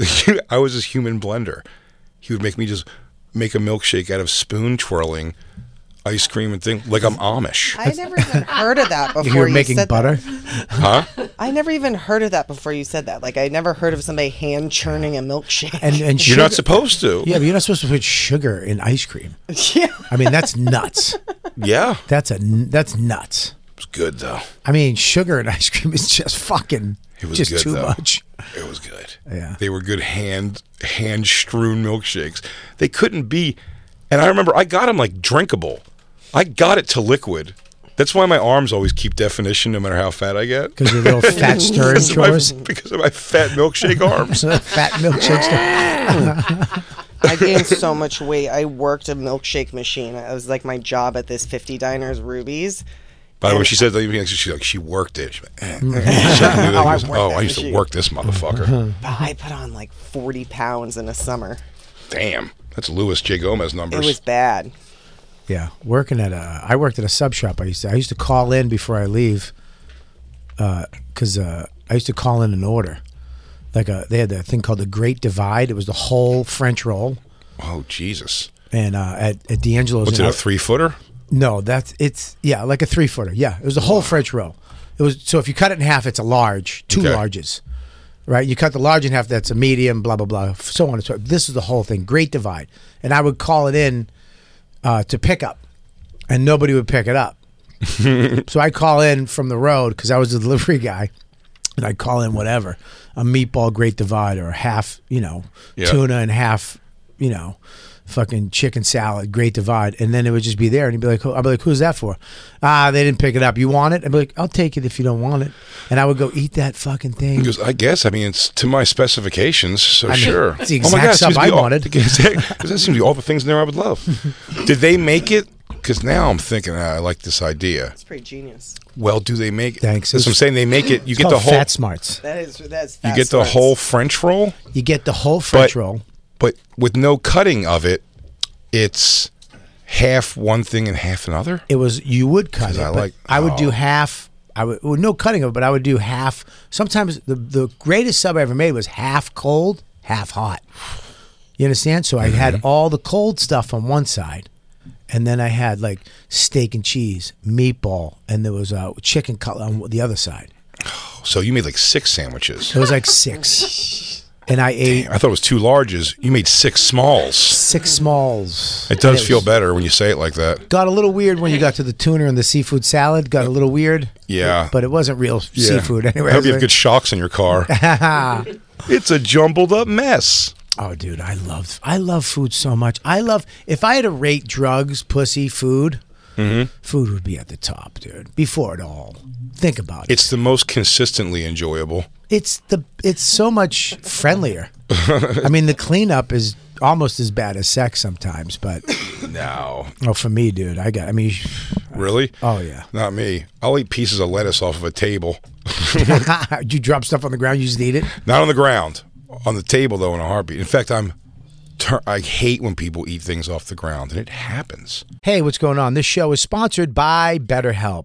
Speaker 3: I was his human blender. He would make me just make a milkshake out of spoon twirling ice cream and thing like I'm Amish.
Speaker 7: I never even heard of that before.
Speaker 1: You were
Speaker 7: you
Speaker 1: making
Speaker 7: said that.
Speaker 1: butter.
Speaker 7: I never even heard of that before you said that. Like I never heard of somebody hand churning a milkshake.
Speaker 1: And, and
Speaker 3: You're
Speaker 1: sugar.
Speaker 3: not supposed to.
Speaker 1: yeah, but you're not supposed to put sugar in ice cream.
Speaker 7: yeah.
Speaker 1: I mean, that's nuts.
Speaker 3: Yeah.
Speaker 1: That's a n- that's nuts.
Speaker 3: It was good though.
Speaker 1: I mean, sugar and ice cream is just fucking
Speaker 3: It was
Speaker 1: just
Speaker 3: good,
Speaker 1: too
Speaker 3: though.
Speaker 1: much.
Speaker 3: It was good.
Speaker 1: Yeah.
Speaker 3: They were good hand hand strewn milkshakes. They couldn't be and I remember I got them like drinkable. I got it to liquid. That's why my arms always keep definition no matter how fat I get.
Speaker 1: Because your little fat stirring
Speaker 3: Because of my-
Speaker 1: chores,
Speaker 3: because of my fat milkshake arms.
Speaker 1: fat milkshakes.
Speaker 7: I gained so much weight. I worked a milkshake machine. It was like my job at this 50 diners Ruby's.
Speaker 3: By the way, she said that even like, she's like she worked it. She went, eh, eh. She knew that
Speaker 7: I
Speaker 3: was-
Speaker 7: worked
Speaker 3: oh,
Speaker 7: that
Speaker 3: I used to
Speaker 7: machine.
Speaker 3: work this
Speaker 1: Uh-huh.
Speaker 3: motherfucker.
Speaker 7: But I put on like 40 pounds in a summer.
Speaker 3: Damn, that's Louis J Gomez numbers.
Speaker 7: It was bad.
Speaker 1: Yeah, working at a. I worked at a sub shop. I used to. I used to call in before I leave. Because uh, I used to call in an order, like a they had that thing called the Great Divide. It was the whole French roll,
Speaker 3: oh Jesus!
Speaker 1: and uh, at at D'Angelo's.
Speaker 3: What's
Speaker 1: and
Speaker 3: it
Speaker 1: I-
Speaker 3: a three footer?
Speaker 1: No, that's it's yeah, like a three footer. Yeah, it was a whole French roll. It was so if you cut it in half, it's a large, two
Speaker 3: Okay.
Speaker 1: larges, right? You cut the large in half, that's a medium, blah blah blah, so on and so. This is the whole thing, great divide. And I would call it in uh, to pick up, and nobody would pick it up. so I call in from the road because I was the delivery guy, and I call in whatever a meatball great divide or half, you know,
Speaker 3: Yeah.
Speaker 1: tuna and half, you know, fucking chicken salad great divide, and then it would just be there, and he'd be like, who- I'd be like, who's that for? Ah, they didn't pick it up. You want it? I'd be like, I'll take it if you don't want it, and I would go eat that fucking thing.
Speaker 3: Because I guess I mean it's to my specifications, so
Speaker 1: mean,
Speaker 3: sure. Oh
Speaker 1: it's the exact sub
Speaker 3: seems to be
Speaker 1: I
Speaker 3: all-
Speaker 1: wanted.
Speaker 3: Because that seems to be all the things in there I would love. Did they make it? Because now I'm thinking ah, I like this idea.
Speaker 7: It's pretty genius.
Speaker 3: Well, do they make? it?
Speaker 1: Thanks.
Speaker 3: That's what I'm saying. They make it. You
Speaker 1: It's
Speaker 3: get the
Speaker 1: called
Speaker 3: whole.
Speaker 1: fat smarts.
Speaker 7: That is that's
Speaker 3: you
Speaker 7: fast
Speaker 3: get the
Speaker 7: words.
Speaker 3: whole French roll.
Speaker 1: You get the whole French
Speaker 3: But-
Speaker 1: roll.
Speaker 3: but with no cutting of it, it's half one thing and half another.
Speaker 1: It was you would cut
Speaker 3: 'Cause
Speaker 1: it.
Speaker 3: I
Speaker 1: I,
Speaker 3: like-
Speaker 1: I would do
Speaker 3: oh.
Speaker 1: half. I would well, no cutting of it, but I would do half. Sometimes the the greatest sub I ever made was half cold, half hot. You understand? So I
Speaker 3: Mm-hmm.
Speaker 1: had all the cold stuff on one side, and then I had like steak and cheese, meatball, and there was uh, chicken cutlet on the other side.
Speaker 3: So you made like six sandwiches.
Speaker 1: It was like six, and I ate
Speaker 3: I thought it was two larges. You made six smalls.
Speaker 1: six smalls.
Speaker 3: It does
Speaker 1: And
Speaker 3: feel
Speaker 1: was-
Speaker 3: better when you say it like that.
Speaker 1: Got a little weird when you got to the tuna and the seafood salad. Got a little weird.
Speaker 3: Yeah.
Speaker 1: but it wasn't real
Speaker 3: Yeah.
Speaker 1: seafood anyway.
Speaker 3: I hope you
Speaker 1: It was
Speaker 3: have good shocks in your car.
Speaker 1: like-
Speaker 3: it's a jumbled up mess.
Speaker 1: Oh, dude, I love I love food so much. I love if I had to rate drugs, pussy, food,
Speaker 3: Mm-hmm.
Speaker 1: food would be at the top, dude. Before it all, think about it.
Speaker 3: It's the most consistently enjoyable.
Speaker 1: It's the it's so much friendlier. I mean, the cleanup is almost as bad as sex sometimes, but
Speaker 3: No,
Speaker 1: oh, for me, dude, I got. I mean,
Speaker 3: really?
Speaker 1: oh yeah,
Speaker 3: Not me. I'll eat pieces of lettuce off of a table.
Speaker 1: you drop stuff on the ground, you just eat it.
Speaker 3: Not on the ground, on the table though, in a heartbeat. In fact, I'm. Ter- I hate when people eat things off the ground, and it happens.
Speaker 1: Hey, what's going on? This show is sponsored by BetterHelp.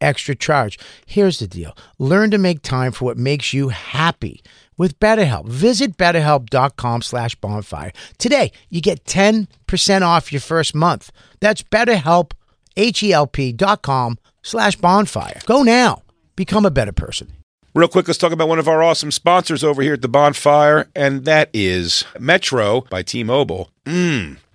Speaker 1: extra charge. Here's the deal learn to make time for what makes you happy with BetterHelp. Visit betterhelp.com slash bonfire. Today, you get 10% off your first month. That's betterhelp, H-E-L-P dot com slash bonfire. Go now. Become a better person.
Speaker 3: Real quick, let's talk about one of our awesome sponsors over here at the bonfire, and that is Metro by T Mobile. Mmm.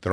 Speaker 3: Their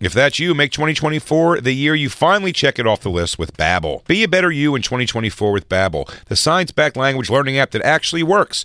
Speaker 3: If that's you, make 2024 the year you finally check it off the list with Babbel. Be a better you in 2024 with Babbel, the science-backed language learning app that actually works.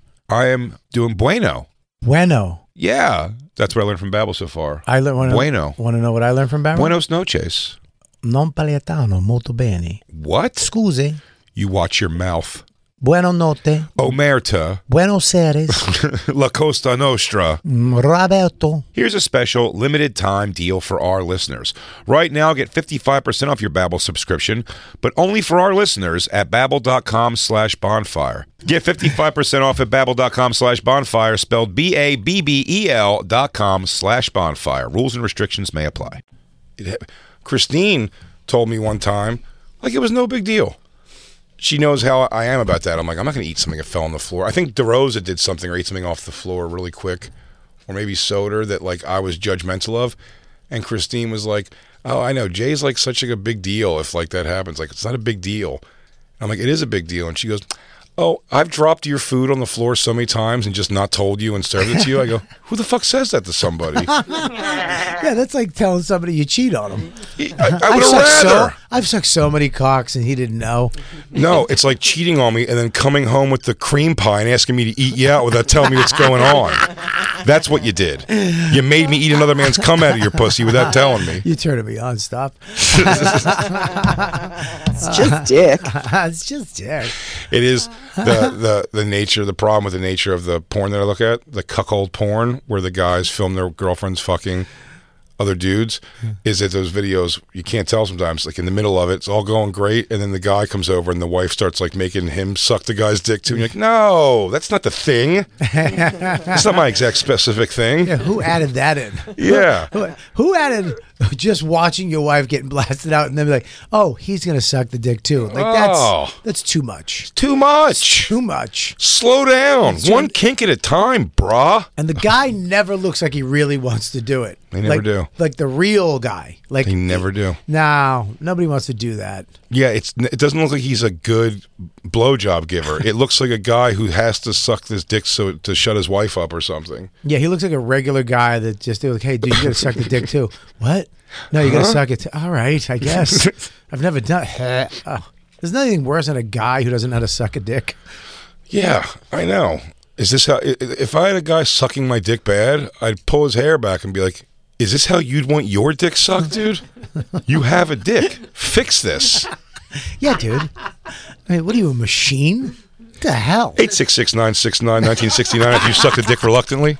Speaker 3: I am doing bueno.
Speaker 1: Bueno.
Speaker 3: Yeah, that's what I learned from Babel so far.
Speaker 1: I learned. Wanna,
Speaker 3: Bueno.
Speaker 1: Want to know what I learned from Barry?
Speaker 3: Buenos noches.
Speaker 1: Non paletano molto bene.
Speaker 3: What?
Speaker 1: Scusi.
Speaker 3: You watch your mouth.
Speaker 1: Buenos notte.
Speaker 3: Omerta,
Speaker 1: Buenos Aires.
Speaker 3: La Costa Nostra.
Speaker 1: mm, Roberto.
Speaker 3: Here's a special limited time deal for our listeners. Right now, get 55% off your Babbel subscription, but only for our listeners at babbel.com slash bonfire. Get 55% off at babbel.com slash bonfire, spelled B-A-B-B-E-L E dot com slash bonfire. Rules and restrictions may apply. It- Christine told me one time, like it was no big deal. She knows how I am about that. I'm like, I'm not going to eat something that fell on the floor. I think DeRosa did something or ate something off the floor really quick, or maybe soda that like I was judgmental of. And Christine was like, Oh, I know. Jay's like such like, a big deal if like that happens. Like it's not a big deal. And I'm like, It is a big deal. And she goes, Oh, I've dropped your food on the floor so many times and just not told you and served it to you. I go, Who the fuck says that to somebody? I,
Speaker 1: Yeah, that's like telling somebody you cheat on them.
Speaker 3: I would
Speaker 1: sucked
Speaker 3: rather.
Speaker 1: so, I've sucked so many cocks and he didn't know.
Speaker 3: No, it's like cheating on me and then coming home with the cream pie and asking me to eat you out without telling me what's going on. That's what you did. You made me eat another man's cum out of your pussy without telling me.
Speaker 1: You turning me on, stop.
Speaker 7: It's just dick.
Speaker 1: it's just yeah.
Speaker 3: It is the, the the nature, the problem with the nature of the porn that I look at, the cuckold porn, where the guys film their girlfriends fucking other dudes, is that those videos you can't tell sometimes. Like in the middle of it, it's all going great, and then the guy comes over and the wife starts like making him suck the guy's dick too. And you're like, no, that's not the thing. That's not my exact specific thing.
Speaker 1: Yeah, who added that in?
Speaker 3: Yeah.
Speaker 1: Who, who added just watching your wife getting blasted out and then be like, oh, he's gonna suck the dick too? Like
Speaker 3: Oh.
Speaker 1: that's that's too much.
Speaker 3: Too much.
Speaker 1: Too much.
Speaker 3: Slow down. One kink at a time, brah.
Speaker 1: And the guy never looks like he really wants to do it.
Speaker 3: They never
Speaker 1: Like-
Speaker 3: do.
Speaker 1: Like the real guy. Like
Speaker 3: They never do.
Speaker 1: No, nobody wants to do that.
Speaker 3: Yeah, it's it doesn't look like he's a good blowjob giver. It looks like a guy who has to suck this dick so to shut his wife up or something.
Speaker 1: Yeah, he looks like a regular guy that just they're like, hey, dude, you gotta suck the dick too. What? No, you gotta suck it. Too. All right, I guess. I've never done. Oh, there's nothing worse than a guy who doesn't know how to suck a dick.
Speaker 3: Yeah, I know. Is this how? i- i- If I had a guy sucking my dick bad, I'd pull his hair back and be like, "Is this how you'd want your dick sucked, dude? You have a dick. Fix this."
Speaker 1: Yeah, dude. I mean, what are you, a machine? What the hell?
Speaker 3: Eight six six nine six nine nineteen sixty nine. If you sucked a dick reluctantly.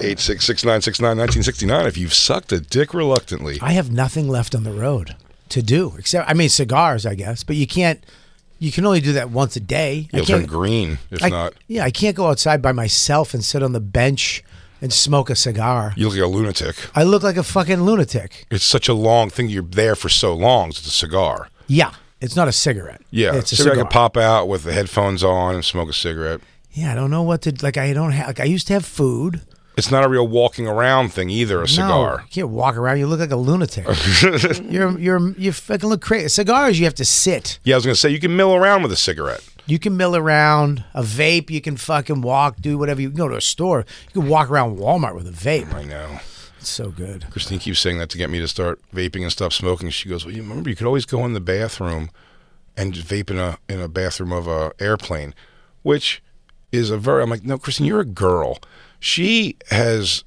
Speaker 3: Eight six six nine six nine nineteen sixty nine. If you've sucked a dick reluctantly.
Speaker 1: I have nothing left on the road to do except, I mean, cigars, I guess, but you can't. You can only do that once a day. I
Speaker 3: You'll turn
Speaker 1: can't,
Speaker 3: green if
Speaker 1: I-
Speaker 3: not.
Speaker 1: Yeah, I can't go outside by myself and sit on the bench and smoke a cigar.
Speaker 3: You look like a lunatic.
Speaker 1: I look like a fucking lunatic.
Speaker 3: It's such a long thing. You're there for so long. It's a cigar.
Speaker 1: Yeah, it's not a cigarette.
Speaker 3: Yeah,
Speaker 1: it's a
Speaker 3: cigarette
Speaker 1: cigar.
Speaker 3: could pop out with the headphones on and smoke a cigarette.
Speaker 1: Yeah, I don't know what to like. I don't have. Like, I used to have food.
Speaker 3: It's not a real walking around thing either. A
Speaker 1: No,
Speaker 3: cigar.
Speaker 1: you can't walk around. You look like a lunatic. you're you're you fucking look crazy. Cigars, you have to sit.
Speaker 3: Yeah, I was gonna say you can mill around with a cigarette.
Speaker 1: You can mill around a vape. You can fucking walk, do whatever. You can go to a store. You can walk around Walmart with a vape.
Speaker 3: I know.
Speaker 1: It's so good.
Speaker 3: Christine keeps saying that to get me to start vaping and stop smoking. She goes, "Well, you remember you could always go in the bathroom and just vape in a in a bathroom of a airplane, which is a very." I'm like, "No, Christine, you're a girl. She has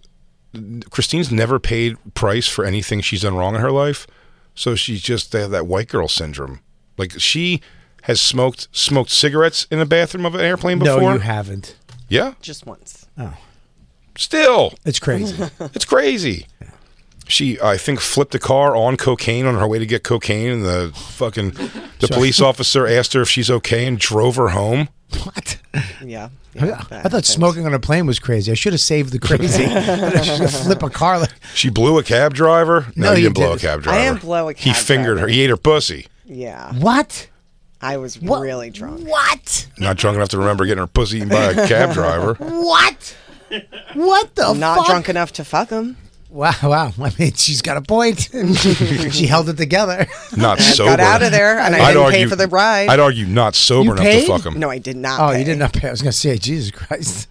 Speaker 3: Christine's never paid price for anything she's done wrong in her life, so she's just they have that white girl syndrome. Like she has smoked smoked cigarettes in a bathroom of an airplane before.
Speaker 1: No, you haven't.
Speaker 3: yeah,
Speaker 7: Just once.
Speaker 3: still
Speaker 1: It's crazy.
Speaker 3: it's crazy. She, I think, flipped a car on cocaine on her way to get cocaine, and the fucking the police officer asked her if she's okay and drove her home.
Speaker 1: what?
Speaker 7: Yeah.
Speaker 1: Oh, I
Speaker 7: yeah, that
Speaker 1: thought
Speaker 7: happens.
Speaker 1: smoking on a plane was crazy. I should have saved the crazy. I should have flip a car. Like,
Speaker 3: She blew a cab driver. No,
Speaker 1: No,
Speaker 3: he
Speaker 1: you
Speaker 3: didn't blow a
Speaker 1: didn't.
Speaker 3: cab driver.
Speaker 7: I didn't blow a
Speaker 3: He
Speaker 7: cab
Speaker 3: fingered her.
Speaker 7: driver.
Speaker 3: He ate her pussy.
Speaker 7: Yeah.
Speaker 1: what?
Speaker 7: I was really drunk.
Speaker 1: What?
Speaker 3: Not drunk enough to remember getting her pussy eaten by a cab driver.
Speaker 1: What? What the
Speaker 7: Not
Speaker 1: fuck?
Speaker 7: drunk enough to fuck him.
Speaker 1: Wow, wow. I mean, she's got a point. she held it together.
Speaker 3: Not sober.
Speaker 7: Got out of there, and I
Speaker 3: I'd
Speaker 7: didn't pay
Speaker 3: argue-
Speaker 7: for the ride.
Speaker 3: I'd argue not sober
Speaker 1: You
Speaker 3: enough
Speaker 1: paid?
Speaker 3: to fuck him.
Speaker 7: no, I did not.
Speaker 1: Oh,
Speaker 7: pay.
Speaker 1: you did not pay. I was going to say, Jesus Christ.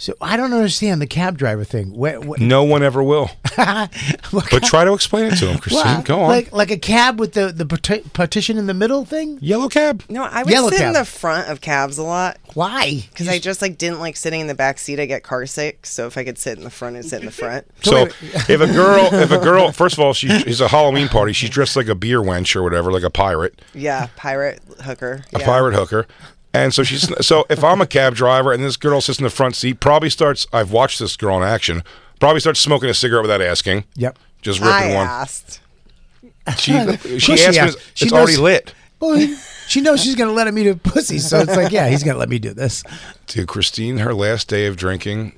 Speaker 1: So I don't understand the cab driver thing. Where, where,
Speaker 3: No one ever will. But try to explain it to them, Christine.
Speaker 1: Well,
Speaker 3: Go on.
Speaker 1: Like like a cab with the the parti- partition in the middle thing.
Speaker 3: Yellow cab.
Speaker 7: No, I would
Speaker 1: Yellow
Speaker 7: sit in
Speaker 1: cab.
Speaker 7: the front of cabs a lot
Speaker 1: Why?
Speaker 7: because I just like didn't like sitting in the back seat. I get car sick, so if I could sit in the front, I'd sit in the front.
Speaker 3: So if a girl, if a girl, first of all, she is a Halloween party. She's dressed like a beer wench or whatever, like a pirate,
Speaker 7: Yeah, pirate hooker.
Speaker 3: a
Speaker 7: yeah.
Speaker 3: pirate hooker. And so she's so if I'm a cab driver and this girl sits in the front seat, probably starts. I've watched this girl in action. Probably starts smoking a cigarette without asking.
Speaker 1: Yep.
Speaker 3: Just ripping
Speaker 7: I
Speaker 3: one.
Speaker 7: asked.
Speaker 3: She she,
Speaker 1: she
Speaker 3: asked.
Speaker 1: asked.
Speaker 3: me,
Speaker 1: She knows-
Speaker 3: it's already lit.
Speaker 1: Well, he- she knows she's gonna let him eat a pussy, so it's like, yeah, he's gonna let me do this.
Speaker 3: Dude, Christine, her last day of drinking,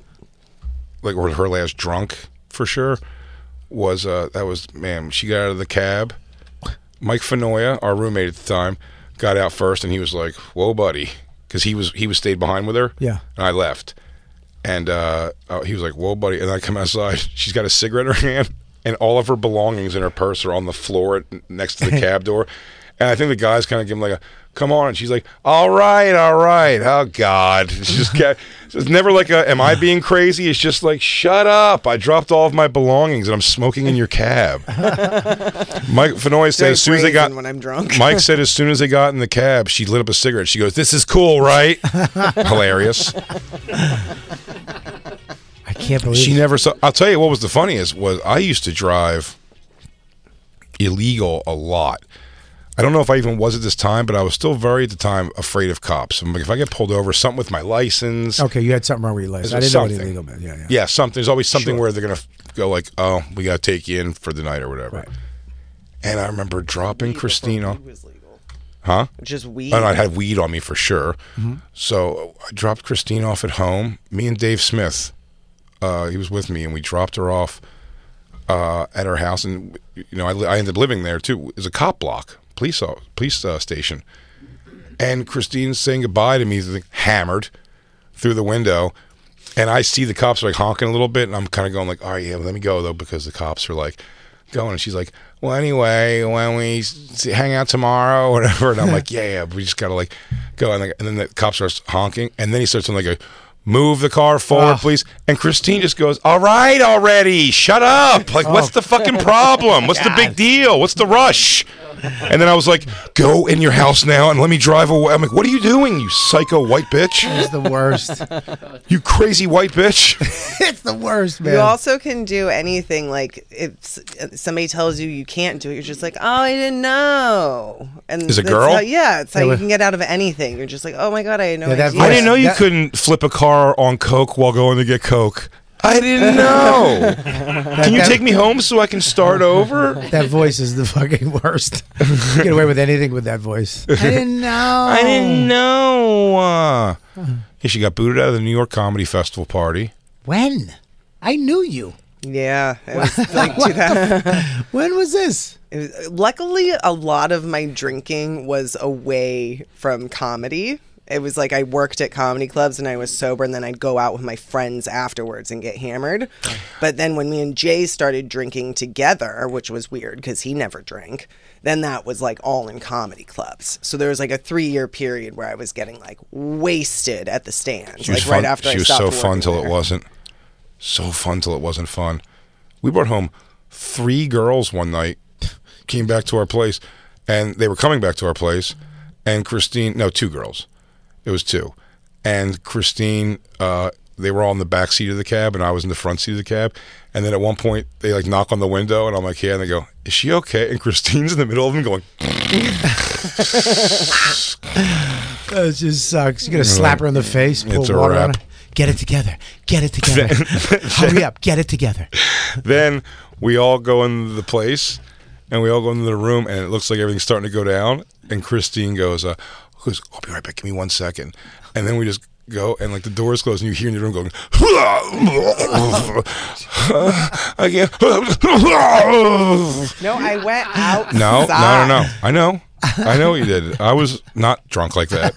Speaker 3: like or her last drunk for sure, was uh that was man, she got out of the cab. Mike Fenoya, our roommate at the time, got out first and he was like, Whoa buddy because he was he was stayed behind with her.
Speaker 1: Yeah.
Speaker 3: And I left. And uh uh, he was like, Whoa buddy and I come outside, she's got a cigarette in her hand and all of her belongings in her purse are on the floor at- next to the cab door. And I think the guys kind of give him like a come on. And she's like, all right, all right. Oh, God. She just kept, so it's never like a, am I being crazy? It's just like, shut up. I dropped all of my belongings and I'm smoking in your cab. Mike Fenoy said,
Speaker 7: Very
Speaker 3: as soon as they got,
Speaker 7: brazen when I'm drunk.
Speaker 3: Mike said, as soon as they got in the cab, she lit up a cigarette. She goes, this is cool, right? Hilarious.
Speaker 1: I can't believe
Speaker 3: She
Speaker 1: it.
Speaker 3: never saw. I'll tell you what was the funniest was I used to drive illegal a lot. I don't know if I even was at this time, but I was still very at the time afraid of cops. I'm like, if I get pulled over, something with my license,
Speaker 1: Okay, you had something wrong with your license. I didn't know
Speaker 3: Something.
Speaker 1: what illegal meant. Yeah, yeah.
Speaker 3: yeah, something. There's always something
Speaker 1: Sure.
Speaker 3: where they're gonna f- go like, oh, we gotta take you in for the night or whatever.
Speaker 1: Right.
Speaker 3: And I remember dropping Christine off.
Speaker 7: Weed was legal.
Speaker 3: Huh?
Speaker 7: Just weed.
Speaker 3: and I had weed on me for sure. So I dropped Christine off at home. Me and Dave Smith, uh, he was with me, and we dropped her off uh, at her house. And you know, I, li- I ended up living there too. It was a cop block, police o- police uh, station. And Christine's saying goodbye to me, like, hammered through the window. And I see the cops like honking a little bit, and I'm kind of going like, "All right, yeah, let me go though," because the cops are like going, and she's like, "Well, anyway, when we s- hang out tomorrow, or whatever," and I'm like, "Yeah, yeah, we just gotta like go," and, like, and then the cop starts honking, and then he starts doing like a, "Move the car forward, please," and Christine just goes, "All right, already, shut up! Like, what's the fucking problem? What's the big deal? What's the rush?" And then I was like, "Go in your house now and let me drive away." I'm like, "What are you doing, you psycho white bitch?"
Speaker 1: It's the worst.
Speaker 3: You crazy white bitch.
Speaker 1: it's the worst, man.
Speaker 7: You also can do anything. Like if s- uh, somebody tells you you can't do it, you're just like, oh, I didn't know. And
Speaker 3: Is it
Speaker 7: that's
Speaker 3: girl?
Speaker 7: how- yeah, it's how
Speaker 1: Yeah,
Speaker 7: you
Speaker 1: but-
Speaker 7: can get out of anything. You're just like, oh my god, I had no
Speaker 1: Yeah, that
Speaker 7: idea.
Speaker 3: I didn't know you
Speaker 1: That-
Speaker 3: couldn't flip a car on coke while going to get coke. I didn't know. Can you take me home so I can start over?
Speaker 1: that voice is the fucking worst. You Get away with anything with that voice. I didn't know.
Speaker 3: I didn't know. Uh, yeah, she got booted out of the New York Comedy Festival party.
Speaker 1: When? I knew you.
Speaker 7: Yeah, it was like 2000.
Speaker 1: When was this?
Speaker 7: It was- luckily, a lot of my drinking was away from comedy. It was like I worked at comedy clubs and I was sober, and then I'd go out with my friends afterwards and get hammered. But then when me and Jay started drinking together, which was weird because he never drank, then that was like all in comedy clubs. So there was like a three year period where I was getting like wasted at the stand.
Speaker 3: She was
Speaker 7: like
Speaker 3: fun.
Speaker 7: right after
Speaker 3: she
Speaker 7: I
Speaker 3: was
Speaker 7: stopped
Speaker 3: so fun
Speaker 7: working
Speaker 3: till
Speaker 7: there.
Speaker 3: it wasn't. So fun till it wasn't fun. We brought home three girls one night. Came back to our place, and they were coming back to our place. And Christine, no, two girls. It was two, and Christine. Uh, they were all in the back seat of the cab, and I was in the front seat of the cab. And then at one point, they like knock on the window, and I'm like, "Yeah," and they go, "Is she okay?" And Christine's in the middle of them going.
Speaker 1: Oh, it just sucks. You're gonna slap her in the face. Pour
Speaker 3: It's a
Speaker 1: water on
Speaker 3: wrap.
Speaker 1: her. Get it together. Get it together. Hurry up. Get it together.
Speaker 3: then we all go into the place and we all go into the room and it looks like everything's starting to go down and christine goes uh goes, i'll be right back give me one second and then we just go and like the doors close and you hear in the room going again
Speaker 7: No, I went out.
Speaker 3: no no no no i know i know what you did i was not drunk like that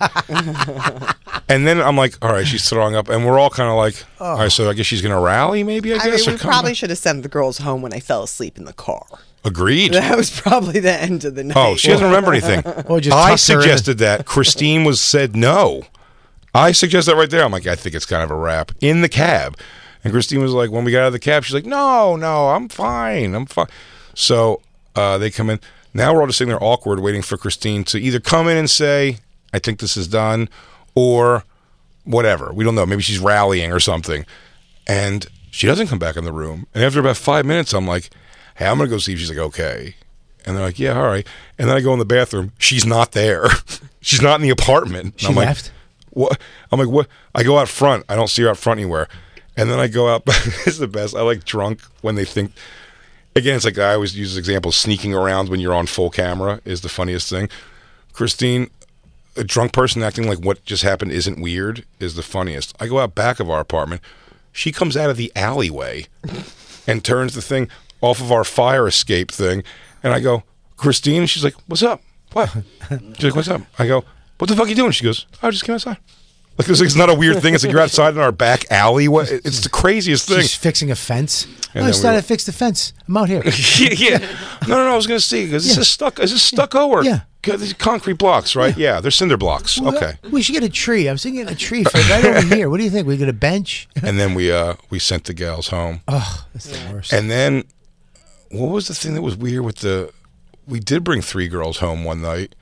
Speaker 3: and then i'm like all right she's throwing up and we're all kind of like all right so i guess she's gonna rally maybe i
Speaker 7: Oh. I mean,
Speaker 3: guess or
Speaker 7: we
Speaker 3: come
Speaker 7: probably
Speaker 3: back."
Speaker 7: should have sent the girls home when I fell asleep in the car.
Speaker 3: agreed
Speaker 7: That was probably the end of the night.
Speaker 3: Oh, she doesn't remember anything.
Speaker 1: Or just
Speaker 3: I
Speaker 1: tuck her in.
Speaker 3: suggested that. Christine was said no. I suggest that right there. I'm like, I think it's kind of a wrap in the cab. And Christine was like, when we got out of the cab, she's like, no, no, I'm fine. I'm fine. So uh, they come in. Now we're all just sitting there awkward, waiting for Christine to either come in and say, I think this is done, or whatever. We don't know. Maybe she's rallying or something. And she doesn't come back in the room. And after about five minutes, I'm like, hey, I'm going to go see if she's like, okay. And they're like, yeah, all right. And then I go in the bathroom. She's not there. she's not in the apartment. And
Speaker 1: She
Speaker 3: I'm like,
Speaker 1: left?
Speaker 3: what? I'm like, what? I go out front. I don't see her out front anywhere. And then I go out. it's the best. I like drunk when they think. Again, it's like I always use this example. Sneaking around when you're on full camera is the funniest thing. Christine, a drunk person acting like what just happened isn't weird is the funniest. I go out back of our apartment. She comes out of the alleyway and turns the thing off of our fire escape thing. And I go, Christine? And she's like, What's up? What? She's like, What's up? I go, What the fuck are you doing? She goes, I just came outside. Like, this is not a weird thing. It's like you're outside in our back alleyway. It- It's the craziest thing.
Speaker 1: She's fixing a fence.
Speaker 3: And
Speaker 1: oh, I
Speaker 3: then we
Speaker 1: started
Speaker 3: were-
Speaker 1: to fix the fence. I'm out here.
Speaker 3: yeah, yeah. No, no, no. I was gonna see because this
Speaker 1: Yeah.
Speaker 3: is stuck. Is this stucco or
Speaker 1: Yeah.
Speaker 3: God, these are concrete blocks, right? Yeah. they're cinder blocks. Okay.
Speaker 1: We should get a tree. I'm thinking a tree for right over here. What do you think? We get a bench?
Speaker 3: And then we uh we sent the gals home.
Speaker 1: Oh, that's the worst.
Speaker 3: And then what was the thing that was weird with the? We did bring three girls home one night,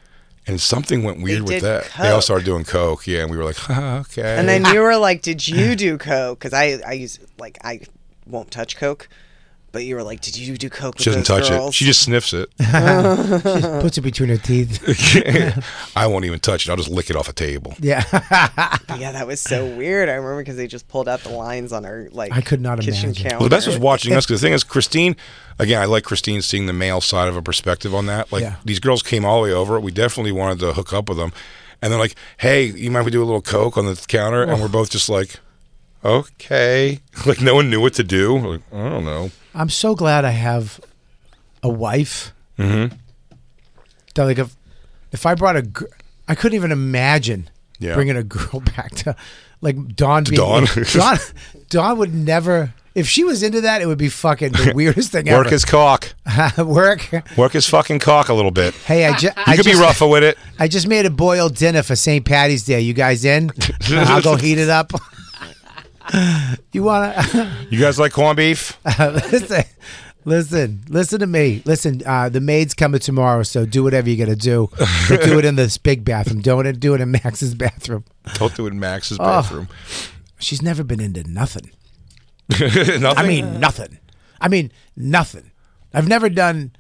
Speaker 3: and something went weird with
Speaker 7: did
Speaker 3: that. They all
Speaker 7: coke.
Speaker 3: started doing coke. Yeah, and we were like, "Huh, okay.
Speaker 7: And then you were like, "Did you do coke?" Because I, I use like I won't touch coke, but you were like, "Did you do coke?" With
Speaker 3: she doesn't
Speaker 7: those
Speaker 3: touch
Speaker 7: girls?
Speaker 3: it. She just sniffs it.
Speaker 1: Puts it between her teeth.
Speaker 3: I won't even touch it. I'll just lick it off a table.
Speaker 1: Yeah.
Speaker 7: yeah, that was so weird. I remember because they just pulled out the lines on her like
Speaker 1: I could not
Speaker 7: kitchen
Speaker 1: imagine.
Speaker 7: counter.
Speaker 3: Well, the best was watching us because the thing is, Christine, again, I like Christine seeing the male side of a perspective on that. Like,
Speaker 1: Yeah.
Speaker 3: these girls came all the way over. We definitely wanted to hook up with them. And they're like, hey, you mind if we do a little Coke on the counter? And we're both just like, okay. Like, no one knew what to do. We're Like, I don't know.
Speaker 1: I'm so glad I have a wife. Mm-hmm. That like if if I brought a, gr- I couldn't even imagine
Speaker 3: Yeah.
Speaker 1: bringing a girl back to like Dawn. being,
Speaker 3: Dawn?
Speaker 1: Dawn. Dawn would never. If she was into that, it would be fucking the weirdest thing
Speaker 3: Work
Speaker 1: ever.
Speaker 3: his cock.
Speaker 1: work.
Speaker 3: Work his fucking cock a little bit.
Speaker 1: Hey, I, ju-
Speaker 3: You
Speaker 1: I
Speaker 3: could
Speaker 1: just
Speaker 3: be rougher with it.
Speaker 1: I just made a boiled dinner for St. Patty's Day. You guys in? I'll go heat it up. you wanna?
Speaker 3: You guys like corned beef?
Speaker 1: listen, listen, listen to me. Listen, uh, the maid's coming tomorrow, so do whatever you gotta do. But do it in this big bathroom. Don't do it in Max's bathroom.
Speaker 3: Don't do it in Max's
Speaker 1: Oh.
Speaker 3: bathroom.
Speaker 1: She's never been into nothing.
Speaker 3: Nothing?
Speaker 1: I mean, nothing. I mean, nothing. I've never done,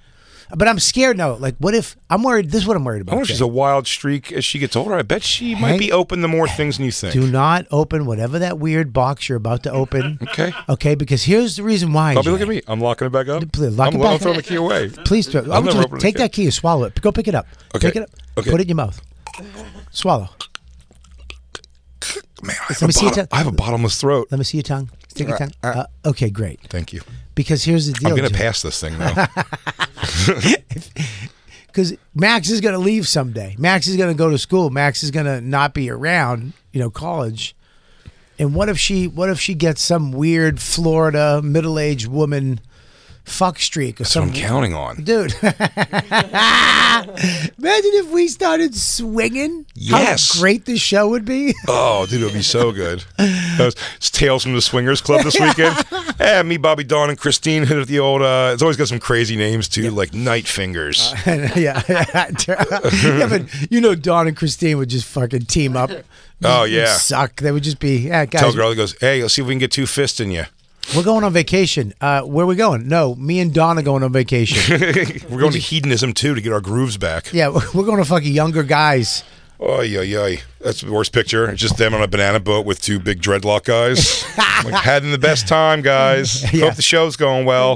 Speaker 1: but I'm scared now. Like, what if I'm worried? This is what I'm worried
Speaker 3: I wonder
Speaker 1: about.
Speaker 3: if she's
Speaker 1: Jay.
Speaker 3: a wild streak as she gets older. I bet she might
Speaker 1: Hang-
Speaker 3: be open to more things than you think.
Speaker 1: do not open whatever that weird box you're about to open.
Speaker 3: Okay.
Speaker 1: Okay, because here's the reason why.
Speaker 3: Bobby,
Speaker 1: Jay.
Speaker 3: look at me. I'm locking it back up.
Speaker 1: Please, lock
Speaker 3: I'm,
Speaker 1: it back
Speaker 3: I'm throwing the
Speaker 1: up.
Speaker 3: key away.
Speaker 1: Please, do it. I want
Speaker 3: I'm never
Speaker 1: you to
Speaker 3: opening
Speaker 1: take
Speaker 3: the
Speaker 1: that key and swallow it. Go pick it up.
Speaker 3: Okay.
Speaker 1: Pick it up.
Speaker 3: Okay.
Speaker 1: Put it in your mouth. Swallow.
Speaker 3: Man, I
Speaker 1: Let
Speaker 3: have, a,
Speaker 1: me see you
Speaker 3: bottom-
Speaker 1: ta-
Speaker 3: I have a bottomless throat.
Speaker 1: Let me see your tongue. Stick your tongue. Uh, okay, great.
Speaker 3: Thank you.
Speaker 1: Because here's the deal.
Speaker 3: I'm going to pass this thing, though.
Speaker 1: Because Max is going to leave someday. Max is going to go to school. Max is going to not be around. You know, college. And what if she? What if she gets some weird Florida middle-aged woman fuck streak or
Speaker 3: That's what I'm
Speaker 1: some
Speaker 3: counting on.
Speaker 1: dude? Imagine if we started swinging.
Speaker 3: Yes.
Speaker 1: How great this show would be.
Speaker 3: Oh, dude, it would be so good. That was- it's Tales from the Swingers Club this weekend. Eh, me, Bobby, Dawn, and Christine hit it at the old. Uh, it's always got some crazy names, too, like Night Fingers.
Speaker 1: And, yeah, yeah, but you know, Don and Christine would just fucking team up.
Speaker 3: Oh,
Speaker 1: It'd
Speaker 3: yeah.
Speaker 1: suck. They would just be, yeah, guys.
Speaker 3: Tell a girl that goes, hey, let's see if we can get two fists in you.
Speaker 1: We're going on vacation. Uh, where are we going? No, me and Don are going on vacation.
Speaker 3: We're going to hedonism, too, to get our grooves back.
Speaker 1: yeah, we're going to fucking younger guys.
Speaker 3: Oh, yeah, yeah. That's the worst picture. It's just them on a banana boat with two big dreadlock guys. like, having the best time, guys. Hope the show's going well.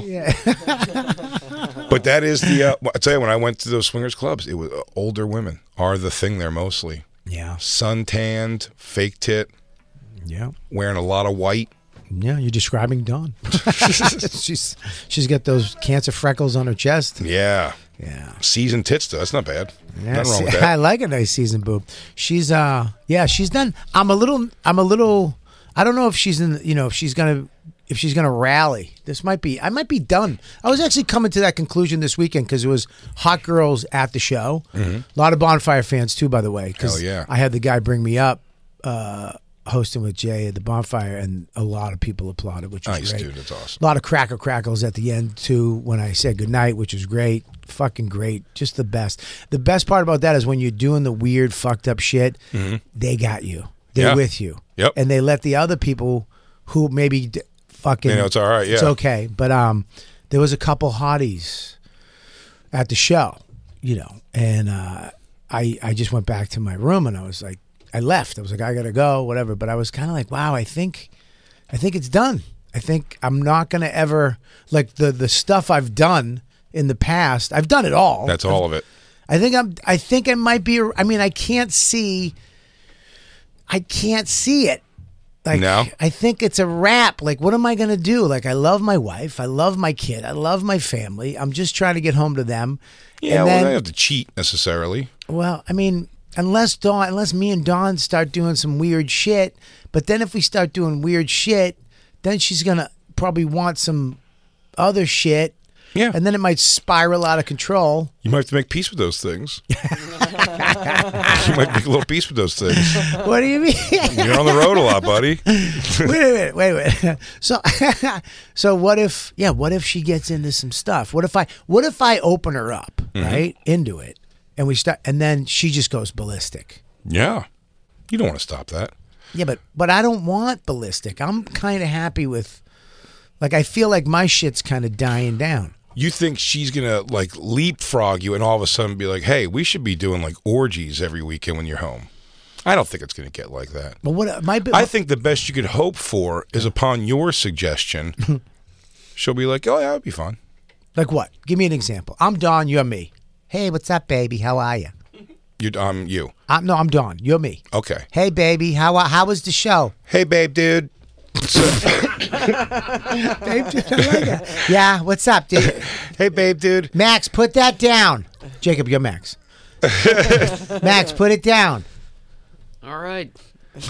Speaker 3: but that is the, uh, I tell you, when I went to those swingers clubs, it was uh, older women are the thing there mostly.
Speaker 1: Yeah,
Speaker 3: Suntanned, fake tit,
Speaker 1: yeah,
Speaker 3: wearing a lot of white.
Speaker 1: yeah. You're describing Dawn. she's she's got those cancer freckles on her chest.
Speaker 3: Yeah.
Speaker 1: Yeah,
Speaker 3: Seasoned tits, though. That's not bad. Nothing wrong with
Speaker 1: I
Speaker 3: that.
Speaker 1: like a nice season boob. She's uh yeah, she's done I'm a little I'm a little I don't know if she's in you know, if she's gonna if she's gonna rally. This might be I might be done. I was actually coming to that conclusion this weekend because it was hot girls at the show. A lot of bonfire fans too, by the way. 'cause
Speaker 3: Mm-hmm. Hell yeah.
Speaker 1: I had the guy bring me up uh, hosting with Jay at the bonfire, and a lot of people applauded, which was
Speaker 3: Nice,
Speaker 1: great.
Speaker 3: dude. That's awesome.
Speaker 1: A lot of cracker crackles at the end too when I said goodnight, which was great. Fucking great. Just the best. The best part about that is when you're doing the weird fucked up shit, they got you. They're
Speaker 3: Mm-hmm. Yeah.
Speaker 1: with you.
Speaker 3: Yep.
Speaker 1: And they let the other people who maybe d- fucking
Speaker 3: You know, it's all right, yeah.
Speaker 1: It's okay. But um there was a couple hotties at the show, you know, and uh I I just went back to my room and I was like I left. I was like I got to go, whatever, but I was kind of like, wow, I think I think it's done. I think I'm not gonna ever like the the stuff I've done in the past. I've done it all.
Speaker 3: That's all of it.
Speaker 1: I think I'm. I think I might be. I mean, I can't see. I can't see it. Like
Speaker 3: No?
Speaker 1: I think it's a wrap. Like, what am I gonna do? Like, I love my wife. I love my kid. I love my family. I'm just trying to get home to them.
Speaker 3: Yeah,
Speaker 1: And
Speaker 3: well,
Speaker 1: then-
Speaker 3: they don't have to cheat necessarily.
Speaker 1: well, I mean, unless Dawn, unless me and Dawn start doing some weird shit, but then if we start doing weird shit, then she's gonna probably want some other shit,
Speaker 3: Yeah.
Speaker 1: and then it might spiral out of control.
Speaker 3: you might have to make peace with those things. you might make a little peace with those things.
Speaker 1: What do you mean?
Speaker 3: You're on the road a lot, buddy.
Speaker 1: wait a minute, wait a minute. So, so what if? Yeah, what if she gets into some stuff? What if I? What if I open her up right into it, and we start, and then she just goes ballistic.
Speaker 3: Yeah. You don't want to stop that.
Speaker 1: Yeah, but but I don't want ballistic. I'm kind of happy with, like, I feel like my shit's kind of dying down.
Speaker 3: You think she's gonna like leapfrog you and all of a sudden be like, "Hey, we should be doing like orgies every weekend when you're home." I don't think it's gonna get like that.
Speaker 1: But what my bi-
Speaker 3: I think the best you could hope for is upon your suggestion, she'll be like, "Oh yeah, it'd be fun."
Speaker 1: like what? Give me an example. I'm Don. You're me. Hey, what's up, baby? How are you?
Speaker 3: You, um, you.
Speaker 1: I'm no, I'm Don. You're me.
Speaker 3: Okay.
Speaker 1: Hey, baby. How how was the show?
Speaker 3: Hey, babe, dude.
Speaker 1: Babe, dude, I like that. yeah. What's up, dude?
Speaker 3: Hey, babe, dude.
Speaker 1: Max, put that down. Jacob, you're Max. Max, put it down.
Speaker 4: All right.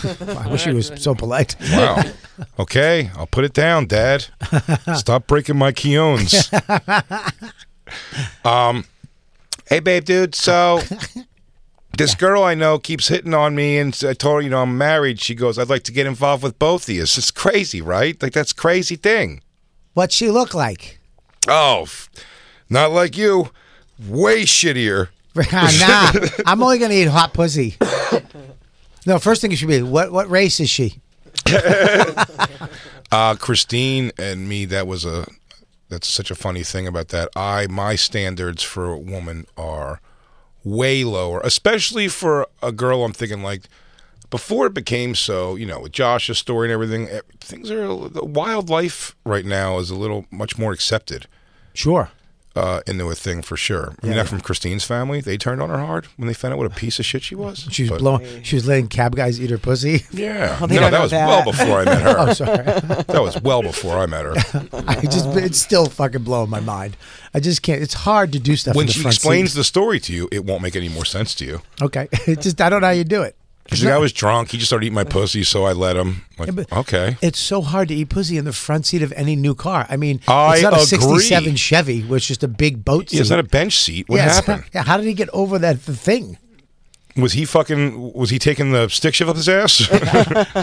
Speaker 1: I wish he was so polite.
Speaker 3: Wow. Okay, I'll put it down, Dad. Stop breaking my keones. um, hey, babe, dude. So this girl I know keeps hitting on me, and I told her, you know, I'm married. She goes, I'd like to get involved with both of you. It's just crazy, right? Like that's a crazy thing.
Speaker 1: What's she look like?
Speaker 3: Oh, f- not like you. Way shittier.
Speaker 1: nah, I'm only gonna eat hot pussy. No, first thing it should be what what race is she?
Speaker 3: Uh, Christine and me, that was a that's such a funny thing about that. I my standards for a woman are way lower, especially for a girl. I'm thinking like before it became so, you know, with Josh's story and everything, eh, things are the wildlife right now is a little much more accepted
Speaker 1: Sure.
Speaker 3: uh, into a thing for sure. I mean, not from Christine's family. They turned on her hard when they found out what a piece of shit she was.
Speaker 1: She was
Speaker 3: But-
Speaker 1: blowing. She was letting cab guys eat her pussy.
Speaker 3: Yeah,
Speaker 7: they
Speaker 3: no, that
Speaker 7: don't know
Speaker 3: was
Speaker 7: that.
Speaker 3: well before I met her.
Speaker 1: Oh, sorry.
Speaker 3: That was well before I met her.
Speaker 1: I just it's still fucking blowing my mind. I just can't. It's hard to do stuff
Speaker 3: when
Speaker 1: in the
Speaker 3: she
Speaker 1: front seat.
Speaker 3: explains the story to you, it won't make any more sense to you.
Speaker 1: Okay, it's just I don't know how you do it.
Speaker 3: She's like, I was drunk. He just started eating my pussy, so I let him. Like,
Speaker 1: but-
Speaker 3: okay.
Speaker 1: It's so hard to eat pussy in the front seat of any new car. I mean,
Speaker 3: I
Speaker 1: it's not a
Speaker 3: agree.
Speaker 1: '67 Chevy, which is just a big boat seat.
Speaker 3: Is that a bench seat? What
Speaker 1: Yeah, it's-
Speaker 3: happened?
Speaker 1: yeah, how did he get over that thing?
Speaker 3: Was he fucking? Was he taking the stick shift up his ass?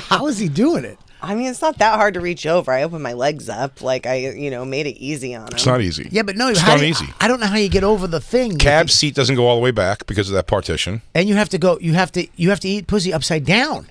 Speaker 1: How is he doing it?
Speaker 7: I mean, it's not that hard to reach over. I opened my legs up, like I, you know, made it easy on him.
Speaker 3: it's not easy.
Speaker 1: Yeah, but no,
Speaker 3: it's
Speaker 1: how
Speaker 3: not
Speaker 1: do you-
Speaker 3: easy.
Speaker 1: I don't know how you get over the thing.
Speaker 3: Cab seat doesn't go all the way back because of that partition.
Speaker 1: and you have to go. You have to. You have to eat pussy upside down.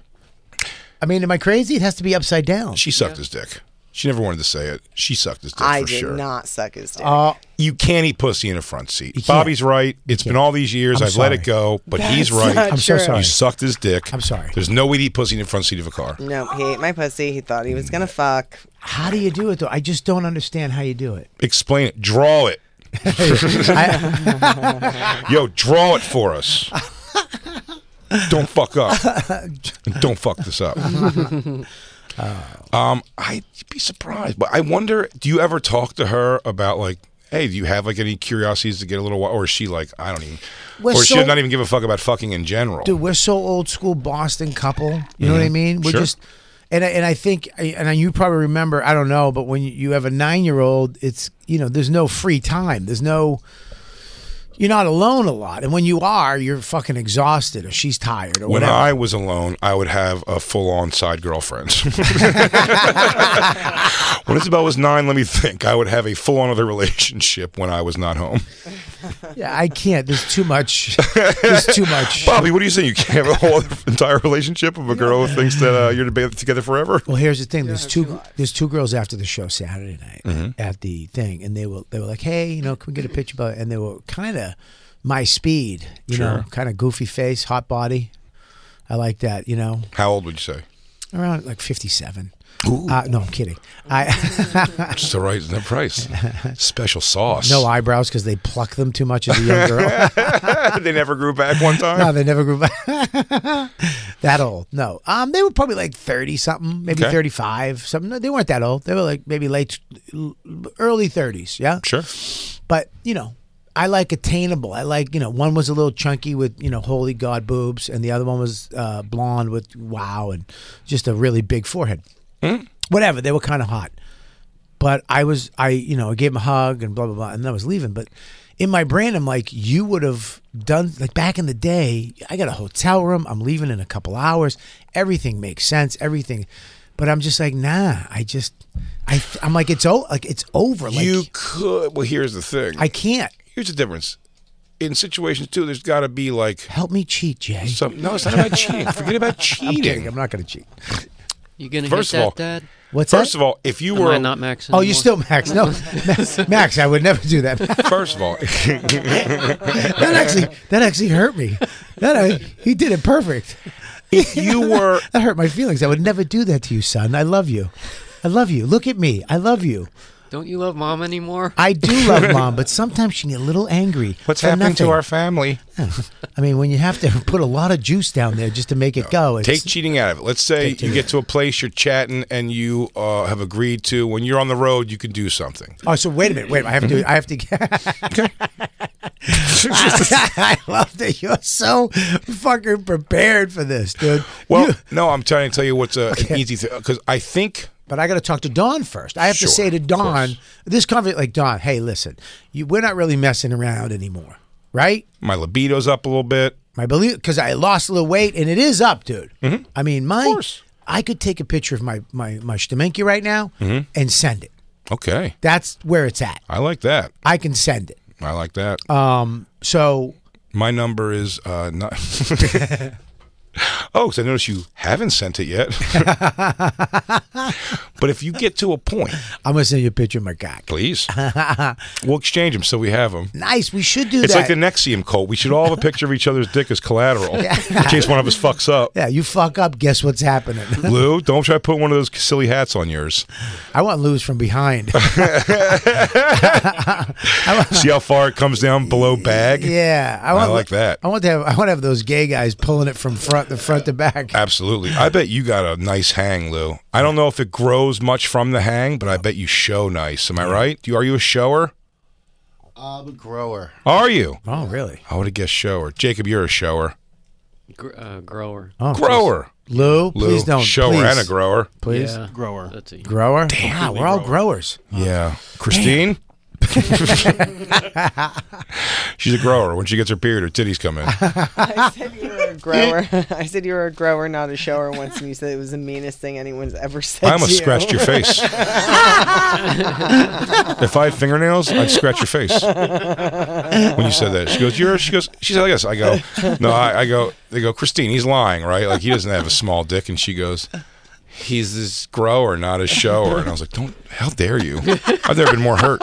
Speaker 1: I mean, am I crazy? It has to be upside down.
Speaker 3: She sucked his dick. She never wanted to say it. She sucked his dick
Speaker 7: I
Speaker 3: for
Speaker 7: did
Speaker 3: sure.
Speaker 7: not suck his dick.
Speaker 1: Uh,
Speaker 3: You can't eat pussy in a front seat.
Speaker 1: can't.
Speaker 3: Bobby's right. It's been all these years.
Speaker 1: I'm
Speaker 3: I've let it go, but he's
Speaker 7: That's
Speaker 3: right.
Speaker 7: not
Speaker 1: I'm so
Speaker 7: true.
Speaker 1: sorry.
Speaker 3: You sucked his dick.
Speaker 1: I'm sorry. Mm.
Speaker 3: There's no way to eat pussy in the front seat of a car.
Speaker 7: No, he ate my pussy. He thought he was gonna fuck.
Speaker 1: How do you do it though? I just don't understand how you do it.
Speaker 3: Explain it. Draw it.
Speaker 1: I,
Speaker 3: Yo, draw it for us. don't fuck up. And don't fuck this up. um, I'd be surprised, but I wonder. Do you ever talk to her about like? Hey, do you have like any curiosities to get a little while? Or is she like, I don't even,
Speaker 1: Well,
Speaker 3: or
Speaker 1: so-
Speaker 3: she'll not even give a fuck about fucking in general?
Speaker 1: dude, we're so old school Boston couple. You know what I mean? We're
Speaker 3: Mm-hmm. Sure.
Speaker 1: just. And I, and I think and you probably remember I don't know but when you have a nine year old it's you know there's no free time there's no you're not alone a lot, and when you are, you're fucking exhausted, or she's tired, or
Speaker 3: When
Speaker 1: whatever.
Speaker 3: I was alone, I would have a full on side girlfriend. when Isabel was nine, let me think, I would have a full on other relationship when I was not home.
Speaker 1: yeah, I can't. There's too much. There's too much.
Speaker 3: Bobby, what do you saying? You can't have a whole other entire relationship of a girl who thinks that uh, you're to be together forever?
Speaker 1: Well, here's the thing. There's two. There's two girls after the show Saturday night at the thing, and they were they were like, "Hey, you know, can we get a picture?" About and they were kind of my speed, you know, kind of goofy face, hot body. I like that, you know,
Speaker 3: How old would you say?
Speaker 1: around like 57. Uh, no, I'm kidding. I
Speaker 3: Just the right the price. Special sauce.
Speaker 1: no eyebrows because they pluck them too much as a young girl.
Speaker 3: they never grew back one time.
Speaker 1: No, they never grew back that old. No, um, they were probably like thirty something, maybe
Speaker 3: Okay.
Speaker 1: thirty five something. No, they weren't that old. They were like maybe late, early thirties. Yeah,
Speaker 3: Sure.
Speaker 1: but you know, I like attainable. I like you know, one was a little chunky with you know, holy god boobs, and the other one was uh, blonde with wow and just a really big forehead. Whatever, they were kind of hot. But I was, I you know, I gave him a hug and blah blah blah, and then I was leaving. But in my brain, I'm like, you would have done like back in the day. I got a hotel room. I'm leaving in a couple hours. Everything makes sense. Everything. But I'm just like, nah. I just, I, I'm like, it's o- like it's over. Like
Speaker 3: you could. Well, here's the thing.
Speaker 1: I can't.
Speaker 3: here's the difference. In situations too, there's got to be like
Speaker 1: Help me cheat, Jay.
Speaker 3: some. No, it's not about cheating. Forget about
Speaker 1: I'm kidding.
Speaker 3: cheating.
Speaker 1: I'm not going to cheat.
Speaker 4: You gonna
Speaker 3: First
Speaker 4: hit
Speaker 3: of
Speaker 4: that,
Speaker 3: all-
Speaker 4: Dad?
Speaker 1: What's
Speaker 3: First
Speaker 1: that?
Speaker 3: of all, if you
Speaker 4: Am
Speaker 3: were
Speaker 4: I not Max?
Speaker 1: oh, you
Speaker 4: anymore?
Speaker 1: still Max? No, Ma- Max, I would never do that. that
Speaker 3: first of all,
Speaker 1: actually, that actually hurt me. That I, he did it perfect.
Speaker 3: if you were
Speaker 1: That hurt my feelings. I would never do that to you, son. I love you. I love you. Look at me. I love you.
Speaker 4: Don't you love Mom anymore?
Speaker 1: I do love mom, but sometimes she can get a little angry.
Speaker 3: what's
Speaker 1: for
Speaker 3: happening
Speaker 1: nothing.
Speaker 3: to our family,
Speaker 1: I mean, when you have to put a lot of juice down there just to make it go, it's,
Speaker 3: take cheating out of it. Let's say you get to a place you're chatting and you uh, have agreed to when you're on the road you can do something.
Speaker 1: Oh, so wait a minute. Wait, I have to. I have to. I love that you're so fucking prepared for this, dude.
Speaker 3: Well,
Speaker 1: You-
Speaker 3: no, I'm trying to tell you what's a, an easy thing because I think
Speaker 1: but I got to talk to Don first. I have
Speaker 3: Sure,
Speaker 1: to say to
Speaker 3: of
Speaker 1: Don
Speaker 3: course.
Speaker 1: this conversation, like Don, hey, listen, you, we're not really messing around anymore, right?
Speaker 3: my libido's up a little bit.
Speaker 1: My belief because I lost a little weight and it is up, dude. I mean, my
Speaker 3: Mm-hmm. course.
Speaker 1: I could take a picture of my my my Stamenki right now
Speaker 3: Mm-hmm.
Speaker 1: and send it.
Speaker 3: Okay,
Speaker 1: That's where it's at.
Speaker 3: I like that.
Speaker 1: I can send it.
Speaker 3: I like that.
Speaker 1: So
Speaker 3: My number is uh, not. oh, because I noticed you haven't sent it yet. but if you get to a point,
Speaker 1: I'm gonna send you a picture of my cock.
Speaker 3: please, we'll exchange them so we have them.
Speaker 1: Nice. We should do
Speaker 3: It's
Speaker 1: that.
Speaker 3: like the Nexium cult. We should all have a picture of each other's dick as collateral in case one of us fucks up.
Speaker 1: yeah, you fuck up. Guess what's happening?
Speaker 3: Lou, don't try to put one of those silly hats on yours.
Speaker 1: I want Lou's from behind.
Speaker 3: See how far it comes down below bag?
Speaker 1: yeah, I want
Speaker 3: like that.
Speaker 1: I want to have. I want to have those gay guys pulling it from front to front to
Speaker 3: Uh,
Speaker 1: back.
Speaker 3: Absolutely. I bet you got a nice hang, Lou. I don't know if it grows much from the hang, but I bet you show nice. Am I right? Do you, are you a shower?
Speaker 8: I'm a grower.
Speaker 3: Are you?
Speaker 1: Oh, really?
Speaker 3: I would have guessed shower. Jacob, you're a shower.
Speaker 4: Gr- uh, grower.
Speaker 1: Oh,
Speaker 3: Grower.
Speaker 1: Lou,
Speaker 3: Lou,
Speaker 1: please don't.
Speaker 3: Shower
Speaker 1: please.
Speaker 3: and a grower.
Speaker 1: Please,
Speaker 4: Yeah.
Speaker 8: Grower.
Speaker 4: That's a
Speaker 1: grower. Wow, we're all growers.
Speaker 3: Yeah. Christine? She's a grower. When she gets her period, her titties come in.
Speaker 7: I said you were a grower. I said you were a grower, not a shower once, and you said it was the meanest thing anyone's ever said.
Speaker 3: I
Speaker 7: to
Speaker 3: almost
Speaker 7: you.
Speaker 3: scratched your face. if I had fingernails, I'd scratch your face. When you said that, she goes, "You're." She goes, "She's like this." I go, "No, I, I go." They go, "Christine, he's lying, right? Like he doesn't have a small dick." And she goes, "He's this grower, not a shower." And I was like, "Don't! How dare you? I've never been more hurt."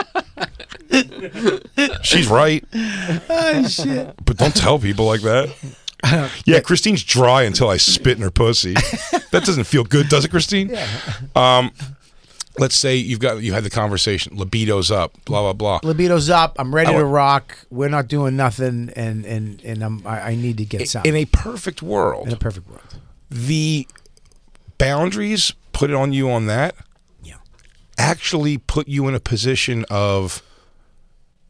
Speaker 3: She's right,
Speaker 1: Oh shit!
Speaker 3: but don't tell people like that. Yeah, Christine's dry until I spit in her pussy. That doesn't feel good, does it, Christine? Um, let's say you've got you had the conversation, libido's up, blah blah blah.
Speaker 1: Libido's up. I'm ready
Speaker 3: I
Speaker 1: to
Speaker 3: want-
Speaker 1: rock. We're not doing nothing, and and and I'm, I, I need to get something
Speaker 3: In a perfect
Speaker 1: in a
Speaker 3: world,
Speaker 1: perfect world.
Speaker 3: the boundaries put on you on that
Speaker 1: Yeah.
Speaker 3: actually put you in a position of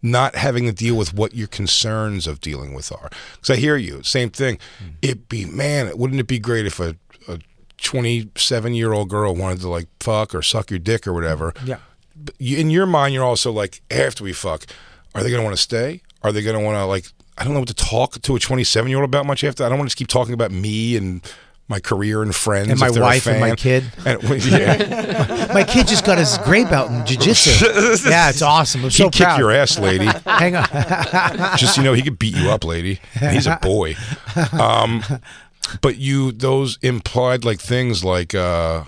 Speaker 3: not having to deal with what your concerns of dealing with are. Because I hear you, same thing.
Speaker 1: Hmm.
Speaker 3: It'd be man, wouldn't it be great if a, a 27 year old girl wanted to like fuck or suck your dick or whatever?
Speaker 1: Yeah.
Speaker 3: you- in your mind, you're also like, after we fuck, are they going to want to stay? Are they going to want to like? I don't know what to talk to a 27 year old about much after. I don't want to just keep talking about me and my career and friends
Speaker 1: And my
Speaker 3: if they're a
Speaker 1: wife and my
Speaker 3: fan.
Speaker 1: kid.
Speaker 3: And, well, yeah,
Speaker 1: My kid just got his grape out in jujitsu. yeah, it's awesome. I'm so
Speaker 3: he'd
Speaker 1: proud.
Speaker 3: kick your ass, lady.
Speaker 1: Hang on.
Speaker 3: just so you know, he could beat you up, lady. And He's a boy. Um, but you those implied like things like uh,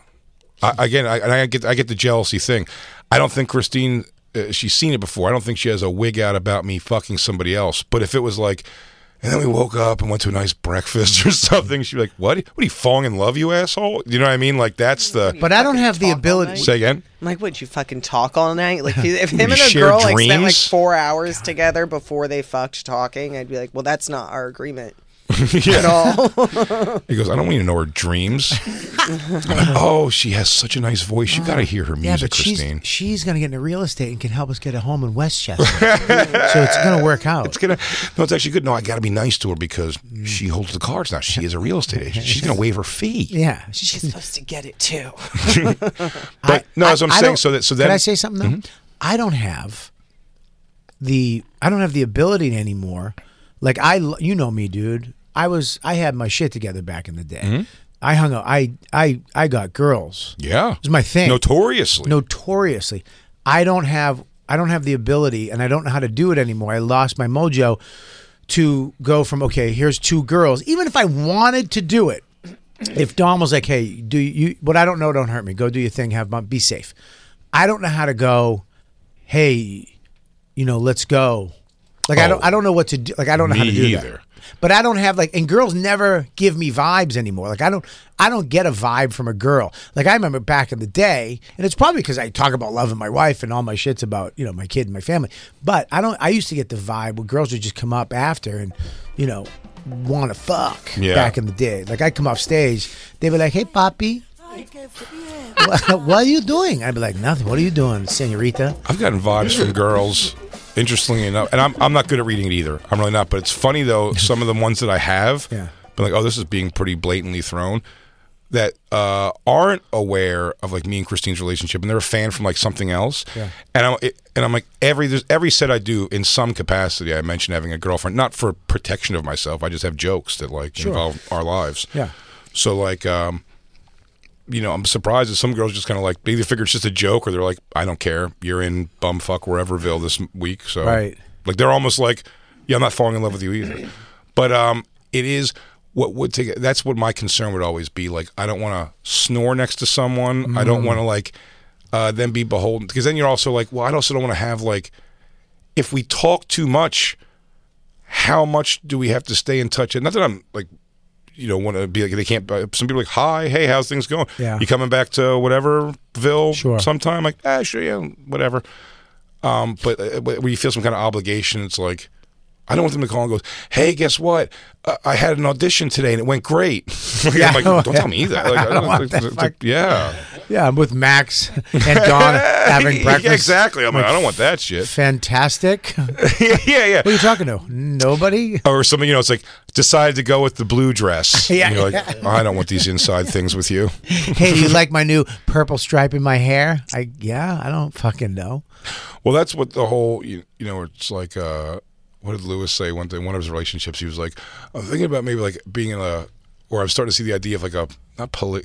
Speaker 3: I, again, I, and I get I get the jealousy thing. I don't think Christine uh, she's seen it before. I don't think she has a wig out about me fucking somebody else. But if it was like. And then we woke up and went to a nice breakfast or something. She'd be like, "What? What are you falling in love, you asshole?" You know what I mean? Like that's the.
Speaker 1: But I don't have the
Speaker 7: Talk all
Speaker 1: ability.
Speaker 7: night.
Speaker 3: say again.
Speaker 7: I'm like, would you fucking talk all night? Like, if- if him
Speaker 3: You
Speaker 7: and a
Speaker 3: share
Speaker 7: girl like spent like
Speaker 3: dreams?
Speaker 7: four hours together before they fucked talking, I'd be like, well, that's not our agreement.
Speaker 3: at all. he goes, I don't want you to know her dreams. I'm like, oh, she has such a nice voice. You got to hear her
Speaker 1: Yeah,
Speaker 3: music,
Speaker 1: but she's,
Speaker 3: Christine.
Speaker 1: she's going to get into real estate and can help us get a home in Westchester. so it's going to work out.
Speaker 3: It's gonna. No, it's actually good. No, I got to be nice to her because she holds the cards now. She is a real estate agent. She's gonna waive her fee.
Speaker 1: yeah.
Speaker 7: She's supposed to get it too.
Speaker 3: But no, that's what I'm
Speaker 1: I
Speaker 3: saying.
Speaker 1: don't-
Speaker 3: So that so Mm-hmm.
Speaker 1: can I
Speaker 3: that
Speaker 1: say something though? I don't have the I don't have the ability anymore. Like I, l- you know me, dude. I was I had my shit together back in the day.
Speaker 3: Mm-hmm.
Speaker 1: I hung out. I I I got girls.
Speaker 3: yeah,
Speaker 1: It's my thing.
Speaker 3: Notoriously,
Speaker 1: Notoriously, I don't have I don't have the ability, and I don't know how to do it anymore. I lost my mojo to go from okay, here's two girls. Even if I wanted to do it, if Don was like, "Hey, do you what I don't know? Don't hurt me. Go do your thing. Have fun. Be safe." I don't know how to go. Hey, you know, let's go. Like I don't,
Speaker 3: Oh.
Speaker 1: I don't know what to do. Like I don't know how
Speaker 3: Me
Speaker 1: to do
Speaker 3: either.
Speaker 1: that. But I don't have like, and girls never give me vibes anymore. Like I don't, I don't get a vibe from a girl. Like I remember back in the day, and it's probably because I talk about loving my wife and all my shits about you know my kid and my family. But I don't. I used to get the vibe where girls would just come up after and, you know, want to fuck
Speaker 3: Yeah.
Speaker 1: back in the day. Like I come off stage, they were like, "Hey, Poppy." what, what are you doing? I'd be like, nothing. What are you doing, senorita?
Speaker 3: I've gotten vibes from girls. Interestingly enough, and I'm I'm not good at reading it either. I'm really not. But it's funny though. Some of the ones that I have,
Speaker 1: Yeah.
Speaker 3: been like, oh, this is being pretty blatantly thrown. That uh, aren't aware of like me and Christine's relationship, and they're a fan from like something else. And I'm it, and I'm like every there's every set I do in some capacity. I mention having a girlfriend, not for protection of myself. I just have jokes that like involve our lives.
Speaker 1: Yeah.
Speaker 3: So like um, you know, I'm surprised that some girls just kind of like they either figure it's just a joke or they're like, I don't care. You're in bumfuck whereverville this m- week, so
Speaker 1: Right.
Speaker 3: Like they're almost like, yeah, I'm not falling in love with you either. But um, it is what would take. That's what my concern would always be. Like I don't want to snore next to someone. I don't want to like uh, then be beholden because then you're also like, well, I also don't want to have like if we talk too much. How much do we have to stay in touch? And not that I'm like you know want to be like they can't some people are like hi hey how's things going
Speaker 1: Yeah.
Speaker 3: you coming back to whateverville
Speaker 1: Sure.
Speaker 3: sometime like ah sure yeah whatever um but uh, where you feel some kind of obligation it's like I don't want them to call and go, hey, guess what? Uh, I had an audition today and it went great. Like, I'm like, don't tell me that. Like, I don't
Speaker 1: want that,
Speaker 3: it's
Speaker 1: fuck.
Speaker 3: like, yeah.
Speaker 1: Yeah, I'm with Max and Don having
Speaker 3: Yeah,
Speaker 1: breakfast.
Speaker 3: exactly. I'm like, I don't want that shit.
Speaker 1: Fantastic. Who
Speaker 3: yeah, yeah,
Speaker 1: are
Speaker 3: yeah.
Speaker 1: you talking to? Nobody.
Speaker 3: Or something, you know, it's like, decided to go with the blue dress.
Speaker 1: Yeah,
Speaker 3: And you're like, I don't want these inside things with you.
Speaker 1: Hey, do you like my new purple stripe in my hair? I yeah, I don't fucking know.
Speaker 3: Well, that's what the whole you, you know. It's like uh, what did Lewis say one thing? One of his relationships, he was like, "I'm thinking about maybe like being in a," or I'm starting to see the idea of like a not poly.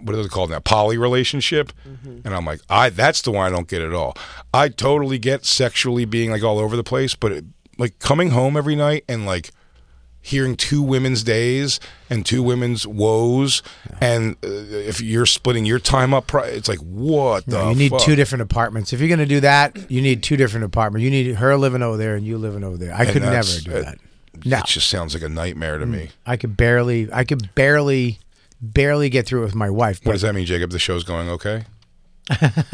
Speaker 3: What are they called now? Poly relationship,
Speaker 1: Mm-hmm.
Speaker 3: and I'm like, I that's the one I don't get at all. I totally get sexually being like all over the place, but it, like coming home every night and like hearing two women's days and two women's woes, and uh, if you're splitting your time up, pri- it's like what the
Speaker 1: you need
Speaker 3: fuck?
Speaker 1: two different apartments. If you're gonna do that, you need two different apartments. You need her living over there and you living over there. I could never
Speaker 3: that's-
Speaker 1: do
Speaker 3: uh,
Speaker 1: that. No,
Speaker 3: It just sounds like a nightmare to me.
Speaker 1: I could barely. I could barely, barely get through it with my wife.
Speaker 3: What
Speaker 1: But
Speaker 3: does that mean, Jacob? The show's going okay?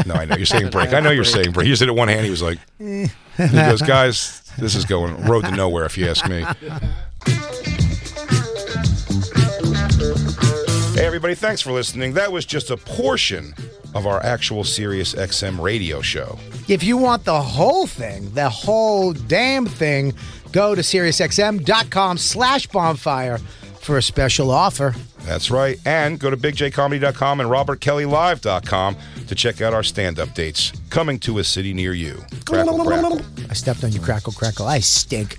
Speaker 3: no, I know you're saying break. I know you're saying break. He just did it one hand. He was like, he goes, guys, this is going road to nowhere if you ask me. Hey, everybody, thanks for listening. That was just a portion of our actual Sirius XM radio show.
Speaker 1: if you want the whole thing, the whole damn thing, go to SiriusXM.com/slash bonfire. for a special offer.
Speaker 3: That's right. And go to bigjcomedy.com and robertkellylive.com to check out our stand up dates coming to a city near you. Crackle, crackle.
Speaker 1: I stepped on you, crackle, crackle. I stink.